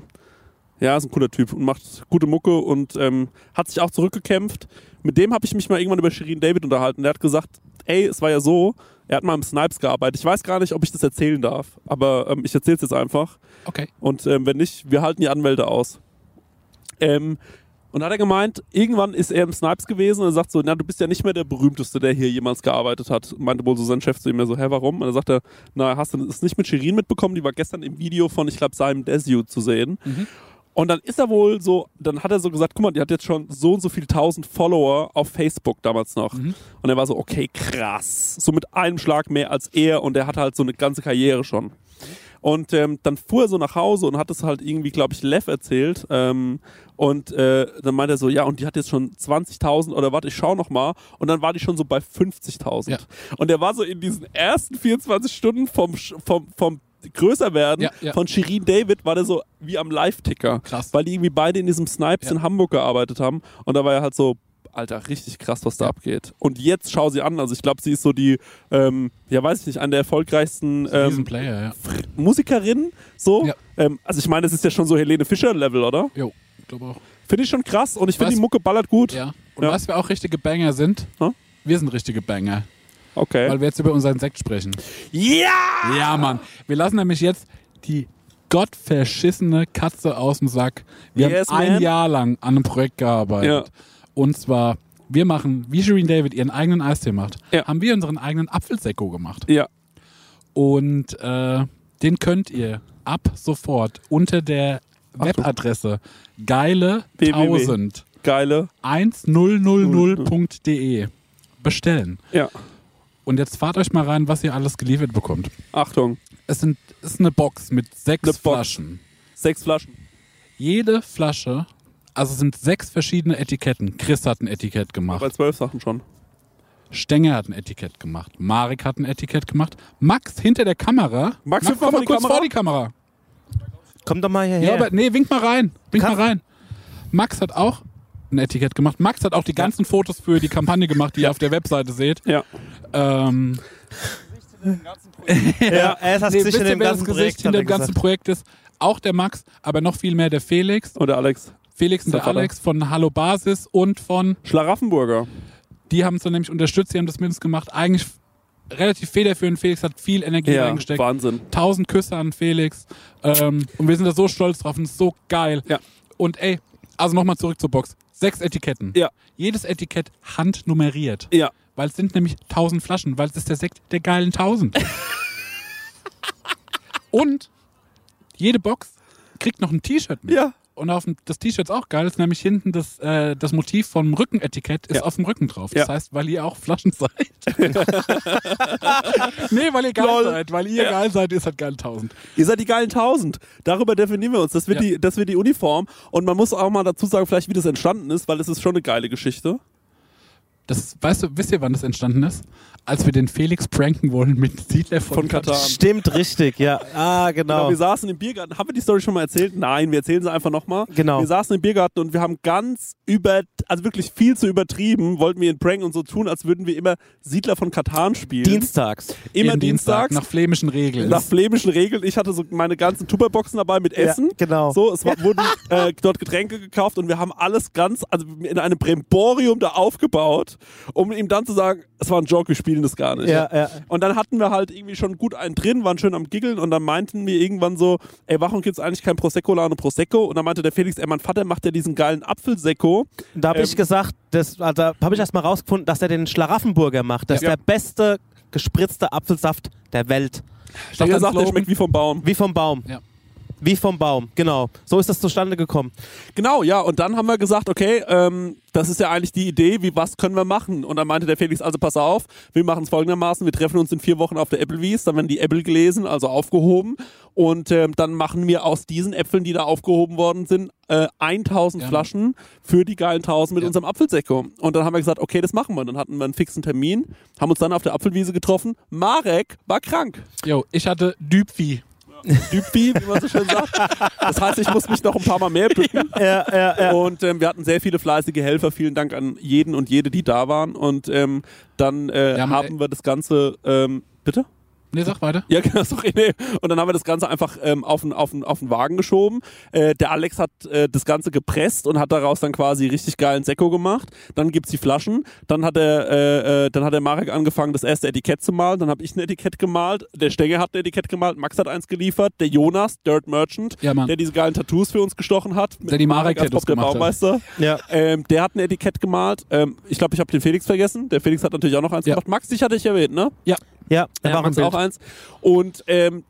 [SPEAKER 1] ja, ist ein cooler Typ und macht gute Mucke und ähm, hat sich auch zurückgekämpft. Mit dem habe ich mich mal irgendwann über Shirin David unterhalten. Der hat gesagt, ey, es war ja so, er hat mal im Snipes gearbeitet. Ich weiß gar nicht, ob ich das erzählen darf, aber ähm, ich erzähle es jetzt einfach.
[SPEAKER 2] Okay.
[SPEAKER 1] Und ähm, wenn nicht, wir halten die Anwälte aus. Ähm, und hat er gemeint, irgendwann ist er im Snipes gewesen und er sagt so, na, du bist ja nicht mehr der Berühmteste, der hier jemals gearbeitet hat. Und meinte wohl so sein Chef zu ihm ja so, hä, warum? Und dann sagt er, na, hast du es nicht mit Shirin mitbekommen? Die war gestern im Video von, ich glaube, Simon Desiu zu sehen. Und dann ist er wohl so, dann hat er so gesagt, guck mal, die hat jetzt schon so und so viel tausend Follower auf Facebook damals noch.
[SPEAKER 2] Mhm.
[SPEAKER 1] Und er war so, okay, krass. So mit einem Schlag mehr als er und er hat halt so eine ganze Karriere schon. Und ähm, dann fuhr er so nach Hause und hat es halt irgendwie, glaube ich, Lev erzählt. Ähm, und äh, dann meinte er so, ja, und die hat jetzt schon 20.000 oder warte, ich schau noch mal. Und dann war die schon so bei 50.000.
[SPEAKER 2] Ja.
[SPEAKER 1] Und er war so in diesen ersten 24 Stunden vom, Sch- vom, vom größer werden
[SPEAKER 2] Ja, ja.
[SPEAKER 1] von Shirin David war der so wie am Live-Ticker.
[SPEAKER 2] Krass.
[SPEAKER 1] Weil die irgendwie beide in diesem Snipes
[SPEAKER 2] Ja.
[SPEAKER 1] in Hamburg gearbeitet haben. Und da war er halt so, Alter, richtig krass, was da abgeht. Und jetzt schau sie an. Also ich glaube, sie ist so die, ähm, ja weiß ich nicht, eine der erfolgreichsten ähm,
[SPEAKER 2] Player, ja.
[SPEAKER 1] Musikerin, so.
[SPEAKER 2] Ja.
[SPEAKER 1] Ähm, also ich meine, das ist ja schon so Helene Fischer-Level, oder?
[SPEAKER 2] Jo, ich glaube auch.
[SPEAKER 1] Finde ich schon krass und ich finde
[SPEAKER 2] Was?
[SPEAKER 1] die Mucke ballert gut.
[SPEAKER 2] Ja. Und
[SPEAKER 1] Ja.
[SPEAKER 2] was wir auch richtige Banger sind,
[SPEAKER 1] Hm?
[SPEAKER 2] wir sind richtige Banger.
[SPEAKER 1] Okay.
[SPEAKER 2] Weil wir jetzt über unseren Sekt sprechen.
[SPEAKER 1] Ja!
[SPEAKER 2] Ja, Mann. Wir lassen nämlich jetzt die gottverschissene Katze aus dem Sack. Wir
[SPEAKER 1] Yes,
[SPEAKER 2] haben ein
[SPEAKER 1] man.
[SPEAKER 2] Jahr lang an einem Projekt gearbeitet. Und zwar, wir machen, wie Shireen David ihren eigenen Eistee macht,
[SPEAKER 1] Ja.
[SPEAKER 2] haben wir unseren eigenen Apfelsekko gemacht.
[SPEAKER 1] Ja.
[SPEAKER 2] Und äh, den könnt ihr ab sofort unter der Webadresse geile
[SPEAKER 1] www.
[SPEAKER 2] 1000
[SPEAKER 1] Geile.
[SPEAKER 2] 1000.de bestellen.
[SPEAKER 1] Ja.
[SPEAKER 2] Und jetzt fahrt euch mal rein, was ihr alles geliefert bekommt.
[SPEAKER 1] Achtung.
[SPEAKER 2] Es, sind, es ist eine Box mit sechs
[SPEAKER 1] Eine Box.
[SPEAKER 2] Flaschen.
[SPEAKER 1] Sechs Flaschen.
[SPEAKER 2] Jede Flasche, also es sind sechs verschiedene Etiketten. Chris hat ein Etikett gemacht.
[SPEAKER 1] Bei zwölf Sachen schon.
[SPEAKER 2] Stenger hat ein Etikett gemacht. Marek hat ein Etikett gemacht. Max hinter der Kamera.
[SPEAKER 1] Max, wir
[SPEAKER 2] komm
[SPEAKER 1] vor
[SPEAKER 2] mal
[SPEAKER 1] die
[SPEAKER 2] kurz
[SPEAKER 1] Kamera?
[SPEAKER 2] vor die Kamera.
[SPEAKER 3] Komm doch mal hierher.
[SPEAKER 2] Ja, aber nee, wink mal rein. Wink
[SPEAKER 3] Kann-
[SPEAKER 2] mal rein. Max hat auch ein Etikett gemacht. Max hat auch die ganzen Fotos für die Kampagne gemacht, die ihr auf der Webseite seht.
[SPEAKER 1] Ja.
[SPEAKER 2] Ähm,
[SPEAKER 3] ja, er ist das
[SPEAKER 2] nee,
[SPEAKER 3] Gesicht
[SPEAKER 2] wisst
[SPEAKER 3] in
[SPEAKER 2] ihr,
[SPEAKER 3] dem
[SPEAKER 2] wer
[SPEAKER 3] ganzen
[SPEAKER 2] das
[SPEAKER 3] Projekt,
[SPEAKER 2] Gesicht in
[SPEAKER 3] hat er
[SPEAKER 2] dem ganzen
[SPEAKER 3] gesagt.
[SPEAKER 2] Projekt ist? Auch der Max, aber noch viel mehr der Felix.
[SPEAKER 1] Und der Alex.
[SPEAKER 2] Felix und
[SPEAKER 1] Der
[SPEAKER 2] der
[SPEAKER 1] Vater.
[SPEAKER 2] Alex von Hallo Basis und von,
[SPEAKER 1] Schlaraffenburger.
[SPEAKER 2] die haben es dann nämlich unterstützt, die haben das mit uns gemacht. Eigentlich relativ federführend. Felix hat viel Energie reingesteckt.
[SPEAKER 1] Wahnsinn.
[SPEAKER 2] Tausend Küsse an Felix. Ähm, und wir sind da so stolz drauf und es ist so geil.
[SPEAKER 1] Ja.
[SPEAKER 2] Und ey, Also nochmal zurück zur Box. Sechs Etiketten.
[SPEAKER 1] Ja.
[SPEAKER 2] Jedes Etikett handnummeriert.
[SPEAKER 1] Ja.
[SPEAKER 2] Weil es sind nämlich 1000 Flaschen, weil es ist der Sekt der geilen
[SPEAKER 1] *laughs*
[SPEAKER 2] 1000. Und jede Box kriegt noch ein T-Shirt mit.
[SPEAKER 1] Ja.
[SPEAKER 2] Und auf dem, das T-Shirt ist auch geil, ist nämlich hinten das, äh, das Motiv vom Rückenetikett ist
[SPEAKER 1] Ja.
[SPEAKER 2] auf dem Rücken drauf. Das
[SPEAKER 1] Ja.
[SPEAKER 2] heißt, weil ihr auch
[SPEAKER 1] *laughs*
[SPEAKER 2] Flaschen seid. nee, weil ihr geil
[SPEAKER 1] Lol.
[SPEAKER 2] seid. Weil ihr geil seid, ist halt geil 1000.
[SPEAKER 1] Ihr seid die geilen Tausend. Darüber definieren wir uns. Das wird,
[SPEAKER 2] Ja.
[SPEAKER 1] die, das wird die Uniform. Und man muss auch mal dazu sagen, vielleicht wie das entstanden ist, weil es ist schon eine geile Geschichte.
[SPEAKER 2] Das, weißt du, wisst ihr, wann das entstanden ist? Als wir den Felix pranken wollen mit Siedler von,
[SPEAKER 1] Von Katar.
[SPEAKER 3] Stimmt, richtig, ja. Ah,
[SPEAKER 1] Genau,
[SPEAKER 3] genau.
[SPEAKER 1] wir saßen im Biergarten. Haben wir die Story schon mal erzählt? Nein, wir erzählen sie einfach nochmal.
[SPEAKER 3] Genau.
[SPEAKER 1] Wir saßen im Biergarten und wir haben ganz über, also wirklich viel zu übertrieben, wollten wir in Prank und so tun, als würden wir immer Siedler von Katan spielen.
[SPEAKER 3] Dienstags.
[SPEAKER 1] immer
[SPEAKER 2] Jeden
[SPEAKER 1] dienstags.
[SPEAKER 2] Nach flämischen Regeln.
[SPEAKER 1] nach flämischen Regeln. Ich hatte so meine ganzen Tupperboxen dabei mit Essen.
[SPEAKER 3] genau.
[SPEAKER 1] So, es war, wurden äh, dort Getränke gekauft und wir haben alles ganz, also in einem Bremborium da aufgebaut, um ihm dann zu sagen, es war ein Joke, wir spielen das gar nicht.
[SPEAKER 3] Ja, ja.
[SPEAKER 1] Und dann hatten wir halt irgendwie schon gut einen drin, waren schön am Giggeln und dann meinten wir irgendwann so, ey, warum gibt's eigentlich kein Prosecco, Laune Prosecco? Und dann meinte der Felix, ey, mein Vater macht ja diesen geilen Apfelsecco.
[SPEAKER 3] Da habe
[SPEAKER 1] Ähm,
[SPEAKER 3] ich gesagt, das, also, da habe ich erst mal rausgefunden, dass er den Schlaraffenburger macht. Das ist
[SPEAKER 1] Ja.
[SPEAKER 3] der beste gespritzte Apfelsaft der Welt.
[SPEAKER 2] Ist
[SPEAKER 1] Der
[SPEAKER 2] doch dein
[SPEAKER 1] sagt, der
[SPEAKER 2] Slogan?
[SPEAKER 1] schmeckt wie vom Baum.
[SPEAKER 3] Wie vom Baum.
[SPEAKER 2] Ja.
[SPEAKER 3] Wie vom Baum, genau. So ist das zustande gekommen.
[SPEAKER 1] Genau, ja. Und dann haben wir gesagt, okay, ähm, das ist ja eigentlich die Idee, wie was können wir machen? Und dann meinte der Felix, also pass auf, wir machen es folgendermaßen, wir treffen uns in vier Wochen auf der Applebee's, dann werden die Apple gelesen, also aufgehoben. Und ähm, dann machen wir aus diesen Äpfeln, die da aufgehoben worden sind, äh, 1000
[SPEAKER 2] Gerne.
[SPEAKER 1] Flaschen für die geilen 1000 mit
[SPEAKER 2] Ja.
[SPEAKER 1] unserem Apfelsäcko. Und dann haben wir gesagt, okay, das machen wir. Und dann hatten wir einen fixen Termin, haben uns dann auf der Apfelwiese getroffen. Marek war krank.
[SPEAKER 2] Jo, ich hatte Dübvieh.
[SPEAKER 1] Düpfi, wie man so schön sagt. Das heißt, ich muss mich noch ein paar Mal mehr bücken.
[SPEAKER 3] Ja, ja, ja.
[SPEAKER 1] Und ähm, wir hatten sehr viele fleißige Helfer. Vielen Dank an jeden und jede, die da waren. Und ähm, dann äh,
[SPEAKER 2] Ja, aber-
[SPEAKER 1] haben wir das Ganze. Ähm, bitte?
[SPEAKER 2] Nee, sag weiter.
[SPEAKER 1] Ja, *laughs* genau, sorry. Nee. Und dann haben wir das Ganze einfach ähm, auf, den, auf, den, auf den Wagen geschoben. Äh, der Alex hat äh, das Ganze gepresst und hat daraus dann quasi richtig geilen Sekko gemacht. Dann gibt's die Flaschen. Dann hat, der, äh, äh, dann hat der Marek angefangen, das erste Etikett zu malen. Dann habe ich ein Etikett gemalt. Der Stenger hat ein Etikett gemalt. Max hat eins geliefert. Der Jonas, Dirt Merchant,
[SPEAKER 2] Ja, Mann.
[SPEAKER 1] der diese geilen Tattoos für uns gestochen hat. Mit
[SPEAKER 2] die Marek-Tattoos
[SPEAKER 1] als Bob der
[SPEAKER 2] gemacht hat.
[SPEAKER 1] Baumeister.
[SPEAKER 3] Ja.
[SPEAKER 1] Ähm, der hat ein Etikett gemalt. Ähm, ich glaube, ich habe den Felix vergessen. Der Felix hat natürlich auch noch eins
[SPEAKER 2] Ja.
[SPEAKER 1] gemacht. Max, dich hatte ich erwähnt, ne?
[SPEAKER 3] Ja,
[SPEAKER 1] Der
[SPEAKER 3] warum
[SPEAKER 1] Max auch eins. Und ähm,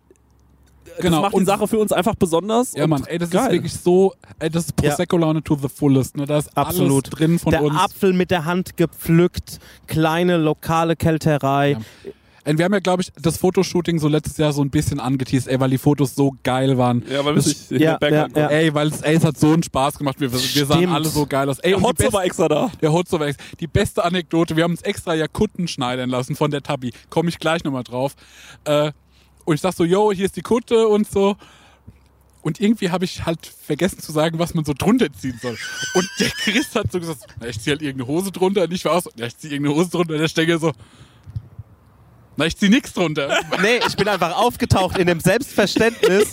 [SPEAKER 1] das
[SPEAKER 2] Genau.
[SPEAKER 1] macht die
[SPEAKER 2] und
[SPEAKER 1] Sache für uns einfach besonders.
[SPEAKER 2] Ja,
[SPEAKER 1] und
[SPEAKER 2] Mann, ey, das
[SPEAKER 1] geil.
[SPEAKER 2] ist wirklich so, ey, das ist
[SPEAKER 3] Ja.
[SPEAKER 2] Prosecco-Laune to the fullest. Ne? Da ist
[SPEAKER 3] Absolut.
[SPEAKER 2] alles drin von
[SPEAKER 3] der
[SPEAKER 2] uns.
[SPEAKER 3] Apfel mit der Hand gepflückt, kleine lokale Kälterei.
[SPEAKER 2] Ja. Ey, wir haben ja, glaube ich, das Fotoshooting so letztes Jahr so ein bisschen angeteased, ey, weil die Fotos so geil waren.
[SPEAKER 1] Ja, weil wir sich
[SPEAKER 2] Das-
[SPEAKER 3] ja, ja, ja.
[SPEAKER 2] Ey, weil es, ey, es hat so einen Spaß gemacht. Wir, wir sahen
[SPEAKER 3] Stimmt.
[SPEAKER 2] alle so geil aus. Ey, und die
[SPEAKER 1] Hotzo
[SPEAKER 2] beste-
[SPEAKER 1] war extra da.
[SPEAKER 2] Der Hotzo war extra. Die beste Anekdote, wir haben uns extra ja Kutten schneidern lassen von der Tabi. Komme ich gleich nochmal drauf. Äh, und ich sag so, yo, hier ist die Kutte und so. Und irgendwie habe ich halt vergessen zu sagen, was man so drunter ziehen soll. Und der Chris hat so gesagt, na, ich ziehe halt irgendeine Hose drunter. Und ich war auch so, ja, ich ziehe irgendeine Hose drunter. Und der Stenger so, na, ich ziehe nichts
[SPEAKER 3] *laughs*
[SPEAKER 2] drunter.
[SPEAKER 3] Nee, ich bin einfach aufgetaucht in
[SPEAKER 1] *laughs*
[SPEAKER 3] dem Selbstverständnis,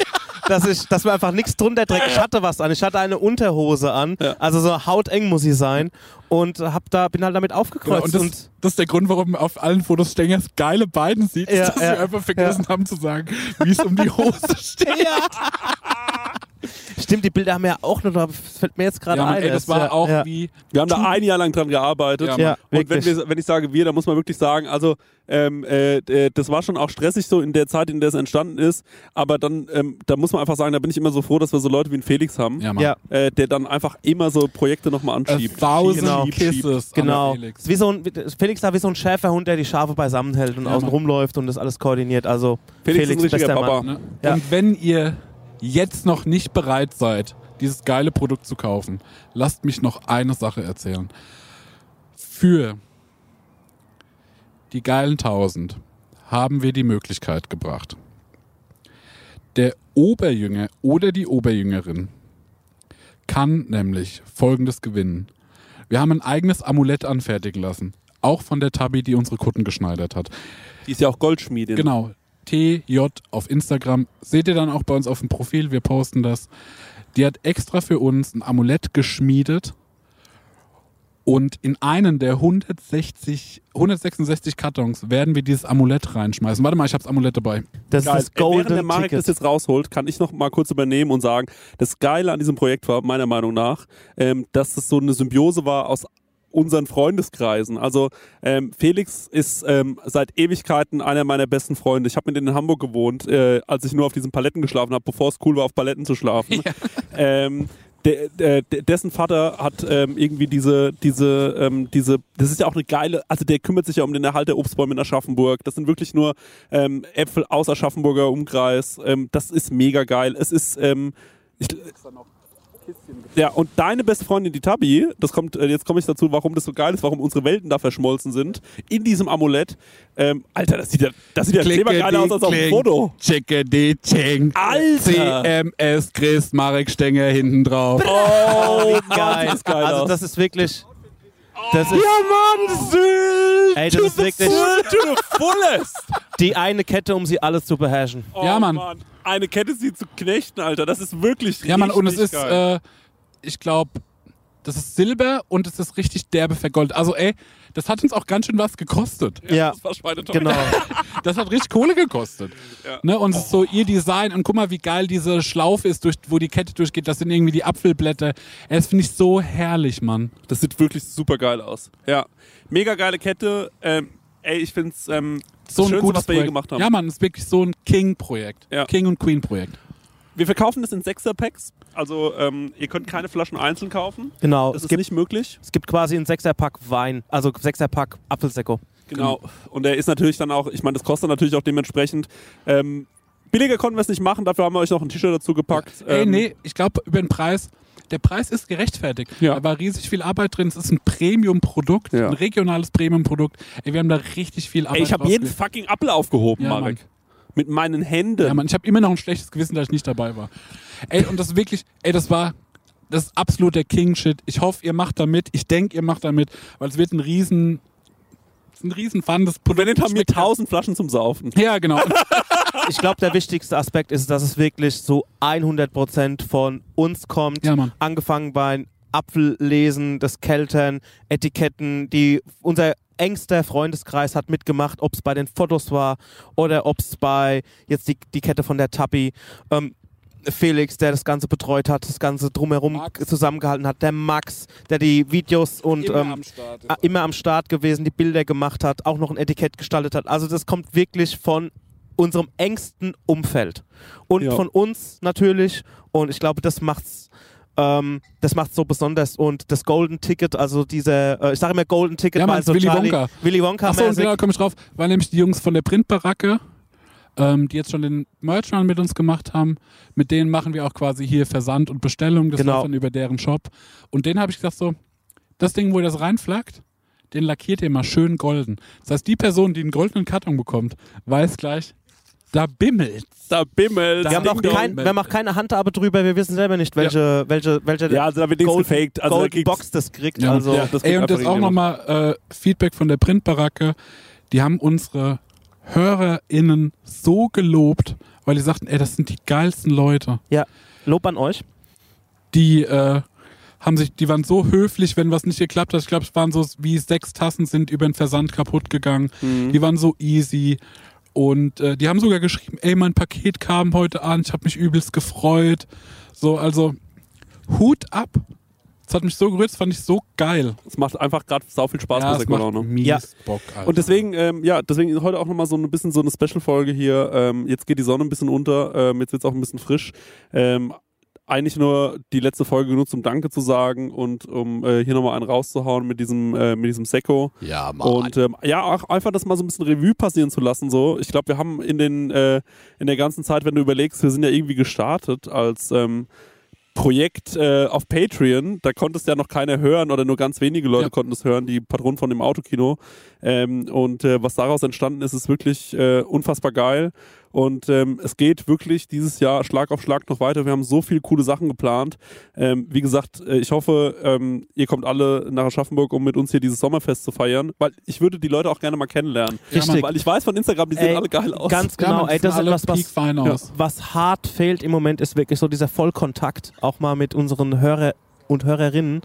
[SPEAKER 3] dass ich, dass mir einfach nichts drunter trägt. Ich hatte was an. Ich hatte eine Unterhose an. Also so hauteng muss sie sein. Und hab da, bin halt damit
[SPEAKER 2] Genau,
[SPEAKER 3] aufgekreuzt.
[SPEAKER 2] und das,
[SPEAKER 3] und
[SPEAKER 2] das ist der Grund, warum man auf allen Fotos Stengers geile Beine sieht,
[SPEAKER 3] Ja,
[SPEAKER 2] dass
[SPEAKER 3] ja,
[SPEAKER 2] wir einfach vergessen haben zu sagen, wie es um die Hose *laughs* steht.
[SPEAKER 1] *laughs*
[SPEAKER 3] stimmt, die Bilder haben wir ja auch noch, das fällt mir jetzt gerade
[SPEAKER 2] Ja, Mann,
[SPEAKER 3] ein.
[SPEAKER 2] ey, das war
[SPEAKER 3] ja,
[SPEAKER 2] auch
[SPEAKER 3] ja.
[SPEAKER 2] wie
[SPEAKER 1] Wir haben da ein Jahr lang dran gearbeitet.
[SPEAKER 2] Ja,
[SPEAKER 3] Ja,
[SPEAKER 1] Und wenn,
[SPEAKER 3] wirklich.
[SPEAKER 1] wir, wenn ich sage wir, dann muss man wirklich sagen, also ähm, äh, d- das war schon auch stressig so in der Zeit, in der es entstanden ist. Aber dann, ähm, da muss man einfach sagen, da bin ich immer so froh, dass wir so Leute wie einen Felix haben,
[SPEAKER 2] Ja, Äh, Mann.
[SPEAKER 3] ja,
[SPEAKER 1] äh, der dann einfach immer so Projekte nochmal
[SPEAKER 2] A
[SPEAKER 1] anschiebt.
[SPEAKER 2] thousand
[SPEAKER 3] Genau.
[SPEAKER 2] kisses.
[SPEAKER 3] genau.
[SPEAKER 2] Anna Felix.
[SPEAKER 3] Ist Wie so ein, Felix da wie so ein Schäferhund, der die Schafe beisammenhält und außen
[SPEAKER 2] Mann.
[SPEAKER 3] rumläuft und das alles koordiniert. Also
[SPEAKER 1] Felix
[SPEAKER 3] Felix,
[SPEAKER 1] ist ein richtiger
[SPEAKER 3] bester
[SPEAKER 1] Papa.
[SPEAKER 3] Mann.
[SPEAKER 2] Ne?
[SPEAKER 3] Ja.
[SPEAKER 2] Und wenn ihr jetzt noch nicht bereit seid, dieses geile Produkt zu kaufen, lasst mich noch eine Sache erzählen. Für die geilen 1000 haben wir die Möglichkeit gebracht. Der Oberjünger oder die Oberjüngerin kann nämlich Folgendes gewinnen. Wir haben ein eigenes Amulett anfertigen lassen. Auch von der Tabi, die unsere Kutten geschneidert hat.
[SPEAKER 1] Die ist ja auch Goldschmiedin.
[SPEAKER 2] Genau. TJ auf Instagram. Seht ihr dann auch bei uns auf dem Profil. Wir posten das. Die hat extra für uns ein Amulett geschmiedet. Und in einen der 160, 166 Kartons werden wir dieses Amulett reinschmeißen. Warte mal, ich hab's Amulett dabei.
[SPEAKER 3] Das
[SPEAKER 1] Geil.
[SPEAKER 3] ist das
[SPEAKER 1] Äh, Während der
[SPEAKER 3] Golden
[SPEAKER 1] Marek das
[SPEAKER 3] Ticket.
[SPEAKER 1] jetzt rausholt, kann ich noch mal kurz übernehmen und sagen, das Geile an diesem Projekt war, meiner Meinung nach, ähm, dass es so eine Symbiose war aus unseren Freundeskreisen. Also ähm, Felix ist ähm, seit Ewigkeiten einer meiner besten Freunde. Ich habe mit denen in Hamburg gewohnt, äh, als ich nur auf diesen Paletten geschlafen habe, bevor es cool war, auf Paletten zu schlafen. Ähm, der, der, der- dessen Vater hat ähm, irgendwie diese, diese, ähm, diese, das ist ja auch eine geile, also der kümmert sich ja um den Erhalt der Obstbäume in Aschaffenburg. Das sind wirklich nur ähm, Äpfel aus Aschaffenburger Umkreis. Ähm, das ist mega geil. Es ist, ähm, ich, ja, und deine beste Freundin, die Tabi, das kommt, äh, jetzt komme ich dazu, warum das so geil ist, warum unsere Welten da verschmolzen sind, in diesem Amulett. Ähm, Alter, das sieht ja, das sieht ja
[SPEAKER 2] Klick,
[SPEAKER 1] immer geiler aus als auf dem
[SPEAKER 2] klick,
[SPEAKER 1] Foto.
[SPEAKER 3] Oh,
[SPEAKER 2] Chickadee, ching.
[SPEAKER 1] Alter!
[SPEAKER 2] CMS, Chris, Marek Stenger hinten drauf.
[SPEAKER 1] Oh,
[SPEAKER 3] Geil.
[SPEAKER 1] das ist geil
[SPEAKER 3] also
[SPEAKER 1] aus.
[SPEAKER 3] das ist wirklich. Das ist,
[SPEAKER 1] Mann, Sylt!
[SPEAKER 3] Ey, das ist wirklich
[SPEAKER 1] to the *laughs* fullest!
[SPEAKER 3] die eine Kette, um sie alles zu beherrschen.
[SPEAKER 1] Oh,
[SPEAKER 2] Ja, Mann.
[SPEAKER 1] Eine Kette sie zu knechten, Alter. Das ist wirklich
[SPEAKER 2] Ja, Mann, und es
[SPEAKER 1] richtig
[SPEAKER 2] ist,
[SPEAKER 1] geil.
[SPEAKER 2] äh, ich glaube, das ist Silber und es ist richtig derbe vergoldet. Also, ey, das hat uns auch ganz schön was gekostet.
[SPEAKER 3] Ja,
[SPEAKER 1] Das war schweineteuer.
[SPEAKER 3] genau.
[SPEAKER 2] Das hat richtig Kohle gekostet. Ne? Und es ist so ihr Design. Und guck mal, wie geil diese Schlaufe ist, durch, wo die Kette durchgeht. Das sind irgendwie die Apfelblätter. Ey, Das finde ich so herrlich, Mann.
[SPEAKER 1] *laughs* Das sieht wirklich super geil aus. Ja. Mega geile Kette. Ähm, ey, ich find's ähm,
[SPEAKER 2] So
[SPEAKER 1] das
[SPEAKER 2] ein
[SPEAKER 1] Schönste,
[SPEAKER 2] gutes
[SPEAKER 1] was wir je
[SPEAKER 2] Projekt.
[SPEAKER 1] gemacht haben.
[SPEAKER 2] Ja, Mann, es ist wirklich so ein King-Projekt.
[SPEAKER 1] Ja.
[SPEAKER 2] King- und Queen-Projekt.
[SPEAKER 1] Wir verkaufen das in 6er Packs. Also, ähm, ihr könnt keine Flaschen einzeln kaufen.
[SPEAKER 3] genau.
[SPEAKER 1] Das
[SPEAKER 3] Es
[SPEAKER 1] ist
[SPEAKER 3] gibt,
[SPEAKER 1] nicht möglich.
[SPEAKER 3] es gibt quasi einen Sechserpack Wein, also Sechserpack Apfelsäcko.
[SPEAKER 1] Genau. Und er ist natürlich dann auch, ich meine, das kostet natürlich auch dementsprechend. Ähm, billiger konnten wir es nicht machen, dafür haben wir euch noch ein T-Shirt dazu gepackt.
[SPEAKER 2] Ey,
[SPEAKER 1] Ähm,
[SPEAKER 2] nee, ich glaube, über den Preis. Der Preis ist gerechtfertigt.
[SPEAKER 1] Ja.
[SPEAKER 2] Da war riesig viel Arbeit drin. Es ist ein Premium-Produkt,
[SPEAKER 1] Ja.
[SPEAKER 2] ein regionales Premium-Produkt. Ey, wir haben da richtig viel Arbeit
[SPEAKER 1] Ey, ich habe
[SPEAKER 2] drauf
[SPEAKER 1] jeden
[SPEAKER 2] gelegt.
[SPEAKER 1] fucking Apfel aufgehoben,
[SPEAKER 2] Ja,
[SPEAKER 1] Marek. Mit meinen Händen.
[SPEAKER 2] Ja, Mann, ich habe immer noch ein schlechtes Gewissen, dass ich nicht dabei war. Ey, und das wirklich, ey, das war das ist absolut der King-Shit. Ich hoffe, ihr macht damit. Ich denke, ihr macht damit, weil es wird ein riesen, es ist ein riesen Fun. Das
[SPEAKER 1] und wenn nicht, haben wir
[SPEAKER 2] schmeckt-
[SPEAKER 1] tausend Flaschen zum Saufen. *laughs*
[SPEAKER 2] Ja, genau.
[SPEAKER 3] Ich glaube, der wichtigste Aspekt ist, dass es wirklich so 100% von uns kommt.
[SPEAKER 2] Ja, Mann.
[SPEAKER 3] Angefangen beim Apfellesen, das Keltern, Etiketten, die unser engster Freundeskreis hat mitgemacht, ob es bei den Fotos war oder ob es bei jetzt die, die Kette von der Tappi. Ähm, Felix, der das Ganze betreut hat, das Ganze drumherum
[SPEAKER 2] Max.
[SPEAKER 3] zusammengehalten hat, der Max, der die Videos und ähm,
[SPEAKER 2] Start.
[SPEAKER 3] Ah, immer am Start gewesen, die Bilder gemacht hat, auch noch ein Etikett gestaltet hat. Also das kommt wirklich von unserem engsten Umfeld und
[SPEAKER 1] Ja.
[SPEAKER 3] von uns natürlich. Und ich glaube, das macht's. Ähm, das macht's so besonders und das Golden Ticket, also dieser, äh, ich sage immer Golden Ticket,
[SPEAKER 2] Ja, Mann,
[SPEAKER 3] weil so
[SPEAKER 2] Willy
[SPEAKER 3] Charlie,
[SPEAKER 2] Wonka.
[SPEAKER 3] Willy Wonka
[SPEAKER 2] Achso, und
[SPEAKER 3] mäßig.
[SPEAKER 2] genau, komme ich drauf. Weil nämlich die Jungs von der Printbaracke, ähm, die jetzt schon den Merch Run mit uns gemacht haben, mit denen machen wir auch quasi hier Versand und Bestellung. Das
[SPEAKER 3] Genau.
[SPEAKER 2] läuft dann über deren Shop. Und denen habe ich gesagt so, das Ding, wo ihr das reinflaggt, den lackiert ihr mal schön golden. Das heißt, die Person, die einen goldenen Karton bekommt, weiß gleich, da bimmelt.
[SPEAKER 1] Da bimmelt.
[SPEAKER 3] wir, haben auch
[SPEAKER 2] Ding Dong.
[SPEAKER 3] kein, wir haben auch keine Handhabe drüber, wir wissen selber nicht, welche, welche, welche
[SPEAKER 1] ja, also da wird nichts
[SPEAKER 3] Golden-
[SPEAKER 1] gefaked. Also da
[SPEAKER 3] Golden
[SPEAKER 1] kriegt's-
[SPEAKER 3] Box das kriegt.
[SPEAKER 2] Ja, Mann.
[SPEAKER 3] also,
[SPEAKER 1] Ja, das
[SPEAKER 2] Ey,
[SPEAKER 1] kriegt
[SPEAKER 2] und
[SPEAKER 1] einfach
[SPEAKER 2] das auch
[SPEAKER 1] irgendjemand.
[SPEAKER 2] nochmal äh, Feedback von der Printbaracke. Die haben unsere HörerInnen so gelobt, weil die sagten, ey, das sind die geilsten Leute.
[SPEAKER 3] ja, Lob an euch.
[SPEAKER 2] die äh, haben sich, die waren so höflich, wenn was nicht geklappt hat. Ich glaube, es waren so wie sechs Tassen sind über den Versand kaputt gegangen.
[SPEAKER 1] Mhm.
[SPEAKER 2] Die waren so easy. Und äh, die haben sogar geschrieben, ey, mein Paket kam heute an, ich habe mich übelst gefreut. So, also Hut ab. Das hat mich so gerührt, das fand ich so geil.
[SPEAKER 1] Es macht einfach gerade sau viel Spaß
[SPEAKER 2] ja,
[SPEAKER 1] bei
[SPEAKER 2] es
[SPEAKER 1] Sekulano.
[SPEAKER 2] macht mies
[SPEAKER 3] Ja.
[SPEAKER 2] Bock, Alter.
[SPEAKER 1] ne? Und deswegen, ähm, ja, deswegen heute auch nochmal so ein bisschen so eine Special-Folge hier. Ähm, jetzt geht die Sonne ein bisschen unter, ähm, jetzt wird es auch ein bisschen frisch. Ähm, eigentlich nur die letzte Folge genutzt, um Danke zu sagen und um äh, hier nochmal einen rauszuhauen mit diesem, äh, mit diesem Sekko.
[SPEAKER 2] ja, Mann.
[SPEAKER 1] Und ähm, ja, auch einfach das mal so ein bisschen Revue passieren zu lassen. So, ich glaube, wir haben in den äh, in der ganzen Zeit, wenn du überlegst, wir sind ja irgendwie gestartet als ähm, Projekt äh, auf Patreon. Da konnte es ja noch keiner hören oder nur ganz wenige Leute
[SPEAKER 2] Ja.
[SPEAKER 1] konnten es hören, die Patronen von dem Autokino. Ähm, und äh, was daraus entstanden ist, ist wirklich äh, unfassbar geil. Und ähm, es geht wirklich dieses Jahr Schlag auf Schlag noch weiter. Wir haben so viele coole Sachen geplant. Ähm, wie gesagt, äh, ich hoffe, ähm, ihr kommt alle nach Aschaffenburg, um mit uns hier dieses Sommerfest zu feiern, weil ich würde die Leute auch gerne mal kennenlernen.
[SPEAKER 2] Ja, Mann.
[SPEAKER 1] Weil ich weiß von Instagram, die sehen
[SPEAKER 3] Ey,
[SPEAKER 1] alle geil aus.
[SPEAKER 3] Ganz
[SPEAKER 2] ja,
[SPEAKER 3] genau,
[SPEAKER 2] Mann,
[SPEAKER 3] ey, das ist
[SPEAKER 2] alle
[SPEAKER 3] etwas, was,
[SPEAKER 2] fein aus.
[SPEAKER 3] Was hart fehlt im Moment, ist wirklich so dieser Vollkontakt, auch mal mit unseren Hörer und Hörerinnen.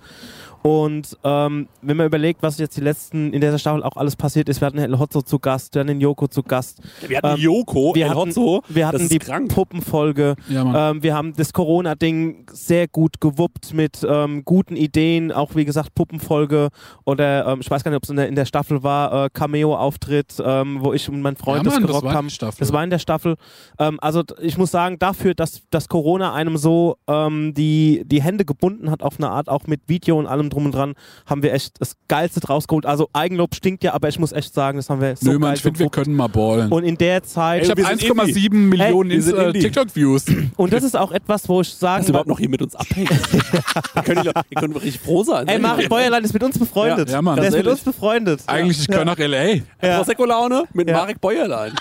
[SPEAKER 3] Und ähm, wenn man überlegt, was jetzt die letzten in dieser Staffel auch alles passiert ist, wir hatten El Hotzo zu Gast, wir hatten den Joko zu Gast,
[SPEAKER 1] Wir hatten
[SPEAKER 3] Ähm,
[SPEAKER 1] Joko,
[SPEAKER 3] wir
[SPEAKER 1] El
[SPEAKER 3] hatten-
[SPEAKER 1] Hotzo.
[SPEAKER 3] wir
[SPEAKER 1] das
[SPEAKER 3] hatten
[SPEAKER 1] ist
[SPEAKER 3] die
[SPEAKER 1] krank.
[SPEAKER 3] Puppenfolge,
[SPEAKER 2] Ja, Mann.
[SPEAKER 3] ähm, wir haben das Corona-Ding sehr gut gewuppt mit ähm, guten Ideen, auch wie gesagt Puppenfolge oder ähm, ich weiß gar nicht, ob es in der, in der Staffel war, äh, Cameo-Auftritt, ähm, wo ich und mein Freund
[SPEAKER 2] ja, Mann,
[SPEAKER 3] das
[SPEAKER 2] das
[SPEAKER 3] gerockt
[SPEAKER 2] war
[SPEAKER 3] haben.
[SPEAKER 2] die Staffel.
[SPEAKER 3] Das war in der Staffel. Ähm, also d- ich muss sagen, dafür, dass, dass Corona einem so ähm, die, die Hände gebunden hat auf eine Art, auch mit Video und allem drum und dran, haben wir echt das Geilste draus geholt. Also Eigenlob stinkt ja, aber ich muss echt sagen, das haben wir so
[SPEAKER 2] Nö, Mann,
[SPEAKER 3] geil
[SPEAKER 2] ich finde, wir
[SPEAKER 3] gewuppt.
[SPEAKER 2] können mal ballen.
[SPEAKER 3] Und in der Zeit,
[SPEAKER 1] Ey,
[SPEAKER 2] ich habe
[SPEAKER 1] wir sind
[SPEAKER 2] 1,7 Millionen
[SPEAKER 3] Ey,
[SPEAKER 1] wir sind
[SPEAKER 2] Insta-
[SPEAKER 1] Indie.
[SPEAKER 2] TikTok-Views.
[SPEAKER 3] und das ist auch etwas, wo ich
[SPEAKER 1] Dass
[SPEAKER 3] sagen
[SPEAKER 1] ihr überhaupt noch hier mit uns
[SPEAKER 3] *laughs*
[SPEAKER 1] abhängt. ihr, könnt, ihr, ihr könnt richtig froh sein. ne?
[SPEAKER 3] Ey, Marek Bäuerlein ist mit uns befreundet.
[SPEAKER 2] Ja, ja, Mann.
[SPEAKER 3] Der
[SPEAKER 2] Ganz
[SPEAKER 3] ist mit
[SPEAKER 1] ehrlich.
[SPEAKER 3] uns befreundet.
[SPEAKER 2] Eigentlich, ich
[SPEAKER 3] ja.
[SPEAKER 2] kann nach L.A.
[SPEAKER 3] Ja.
[SPEAKER 1] Prosecco-Laune mit
[SPEAKER 3] Ja.
[SPEAKER 1] Marek Bäuerlein.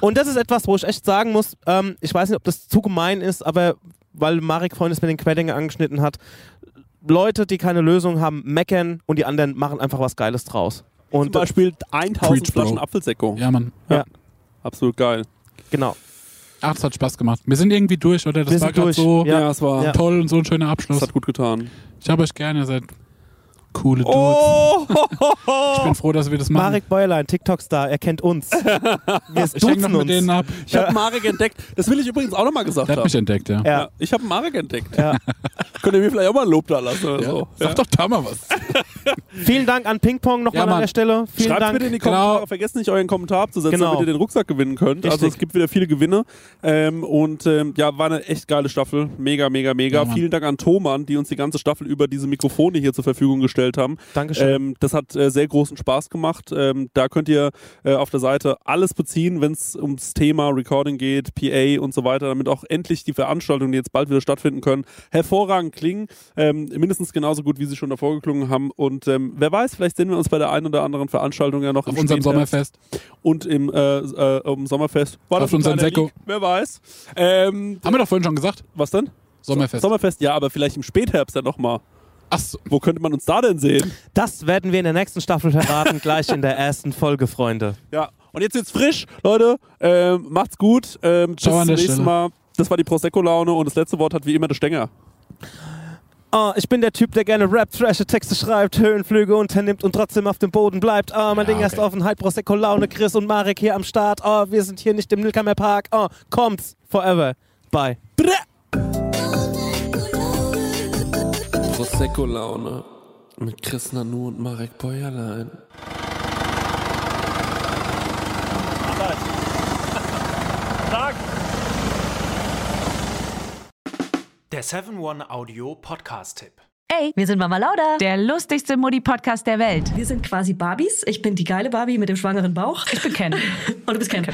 [SPEAKER 3] Und das ist etwas, wo ich echt sagen muss, ähm, ich weiß nicht, ob das zu gemein ist, aber weil Marek vorhin es mit den Querdenker angeschnitten hat, Leute, die keine Lösung haben, meckern und die anderen machen einfach was Geiles draus.
[SPEAKER 1] Zum
[SPEAKER 3] Und äh,
[SPEAKER 1] Beispiel 1000
[SPEAKER 2] Preach, Bro.
[SPEAKER 1] Flaschen Apfelsäckung.
[SPEAKER 2] Ja, Mann.
[SPEAKER 1] Absolut geil.
[SPEAKER 3] genau.
[SPEAKER 2] Ach, es hat Spaß gemacht. Wir sind irgendwie durch, oder? Das
[SPEAKER 3] Wir
[SPEAKER 2] war
[SPEAKER 3] sind
[SPEAKER 2] gerade
[SPEAKER 3] durch.
[SPEAKER 2] so
[SPEAKER 3] Ja.
[SPEAKER 1] es war.
[SPEAKER 3] Ja.
[SPEAKER 2] toll und so ein schöner Abschluss.
[SPEAKER 1] Das hat gut getan.
[SPEAKER 2] Ich habe euch gerne, ihr seid coole Dudes.
[SPEAKER 1] Oh!
[SPEAKER 2] Ich bin froh, dass wir das machen.
[SPEAKER 3] Marek Bäuerlein, TikTok-Star, er
[SPEAKER 2] *laughs*
[SPEAKER 3] kennt uns. Wir
[SPEAKER 2] ich häng noch
[SPEAKER 3] duzen
[SPEAKER 2] mit denen
[SPEAKER 3] uns.
[SPEAKER 2] ab.
[SPEAKER 1] Ich habe Marek entdeckt. Das will ich übrigens auch nochmal gesagt
[SPEAKER 2] Der hat
[SPEAKER 1] haben.
[SPEAKER 2] mich entdeckt, ja.
[SPEAKER 3] Ja.
[SPEAKER 1] Ja, ich habe Marek entdeckt.
[SPEAKER 3] Ja.
[SPEAKER 1] Könnt ihr mir vielleicht auch mal ein Lob da lassen oder
[SPEAKER 2] Ja.
[SPEAKER 1] so?
[SPEAKER 2] Sag doch da mal
[SPEAKER 3] *laughs*
[SPEAKER 2] was.
[SPEAKER 3] Vielen Dank an Pingpong
[SPEAKER 2] Ja,
[SPEAKER 3] nochmal
[SPEAKER 2] Mann.
[SPEAKER 3] an der Stelle. Vielen
[SPEAKER 1] Schreibt
[SPEAKER 3] Dank.
[SPEAKER 1] bitte in die
[SPEAKER 2] Genau.
[SPEAKER 1] Kommentare. Vergesst nicht, euren Kommentar abzusetzen,
[SPEAKER 3] Genau.
[SPEAKER 1] damit ihr den Rucksack gewinnen könnt. Also
[SPEAKER 3] Richtig.
[SPEAKER 1] es gibt wieder viele Gewinne. Ähm, und ähm, ja, war eine echt geile Staffel. Mega, mega, mega.
[SPEAKER 2] Ja, Mann.
[SPEAKER 1] Vielen Dank an Thomann, die uns die ganze Staffel über diese Mikrofone hier zur Verfügung gestellt haben.
[SPEAKER 3] Dankeschön.
[SPEAKER 1] Ähm, das hat äh, sehr großen Spaß gemacht. Ähm, da könnt ihr äh, auf der Seite alles beziehen, wenn es ums Thema Recording geht, PA und so weiter, damit auch endlich die Veranstaltungen, die jetzt bald wieder stattfinden können, hervorragend klingen. Ähm, mindestens genauso gut, wie sie schon davor geklungen haben. Und ähm, wer weiß, vielleicht sehen wir uns bei der einen oder anderen Veranstaltung ja noch
[SPEAKER 2] Auf
[SPEAKER 1] im
[SPEAKER 2] unserem
[SPEAKER 1] Spätherbst
[SPEAKER 2] Sommerfest.
[SPEAKER 1] und im, äh, äh, im Sommerfest. War
[SPEAKER 2] Auf
[SPEAKER 1] das ein
[SPEAKER 2] unserem
[SPEAKER 1] kleiner
[SPEAKER 2] Sekko.
[SPEAKER 1] Leak? Wer weiß. Ähm,
[SPEAKER 2] Haben wir doch vorhin schon gesagt.
[SPEAKER 1] was denn?
[SPEAKER 2] Sommerfest.
[SPEAKER 1] Sommerfest, ja, aber vielleicht im Spätherbst ja nochmal.
[SPEAKER 2] Ach so.
[SPEAKER 1] Wo könnte man uns da denn sehen?
[SPEAKER 3] Das werden wir in der nächsten Staffel verraten, gleich in der ersten Folge, Freunde.
[SPEAKER 1] Ja, und jetzt wird's frisch, Leute. Ähm, macht's gut. Ähm, bis
[SPEAKER 2] Ciao an
[SPEAKER 1] zum
[SPEAKER 2] der
[SPEAKER 1] nächsten
[SPEAKER 2] Stelle.
[SPEAKER 1] Mal. Das war die Prosecco-Laune und das letzte Wort hat wie immer der Stenger.
[SPEAKER 3] Ah, ich bin der Typ, der gerne Rap, Trashe, Texte schreibt, Höhenflüge unternimmt und trotzdem auf dem Boden bleibt. Ah, mein
[SPEAKER 2] Ja,
[SPEAKER 3] Ding ist
[SPEAKER 2] okay.
[SPEAKER 3] offen, halt Prosecco, Laune, Chris und Marek hier am Start. Ah, wir sind hier nicht im Nilkamer Park. Ah, kommt's, forever. Bye.
[SPEAKER 12] Prosecco-Laune mit Chris Nanu und Marek Bäuerlein.
[SPEAKER 13] Der 7-One-Audio-Podcast-Tipp.
[SPEAKER 14] Ey, wir sind Mama Lauda.
[SPEAKER 15] Der lustigste Mutti-Podcast der Welt.
[SPEAKER 16] Wir sind quasi Barbies. Ich bin die geile Barbie mit dem schwangeren Bauch.
[SPEAKER 15] Ich bin Ken.
[SPEAKER 16] *laughs* Und du bist Ken.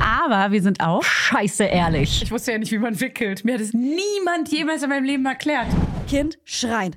[SPEAKER 15] Aber wir sind auch.
[SPEAKER 14] Scheiße ehrlich.
[SPEAKER 15] Ich wusste ja nicht, wie man wickelt. Mir hat es niemand jemals in meinem Leben erklärt.
[SPEAKER 16] Kind schreien.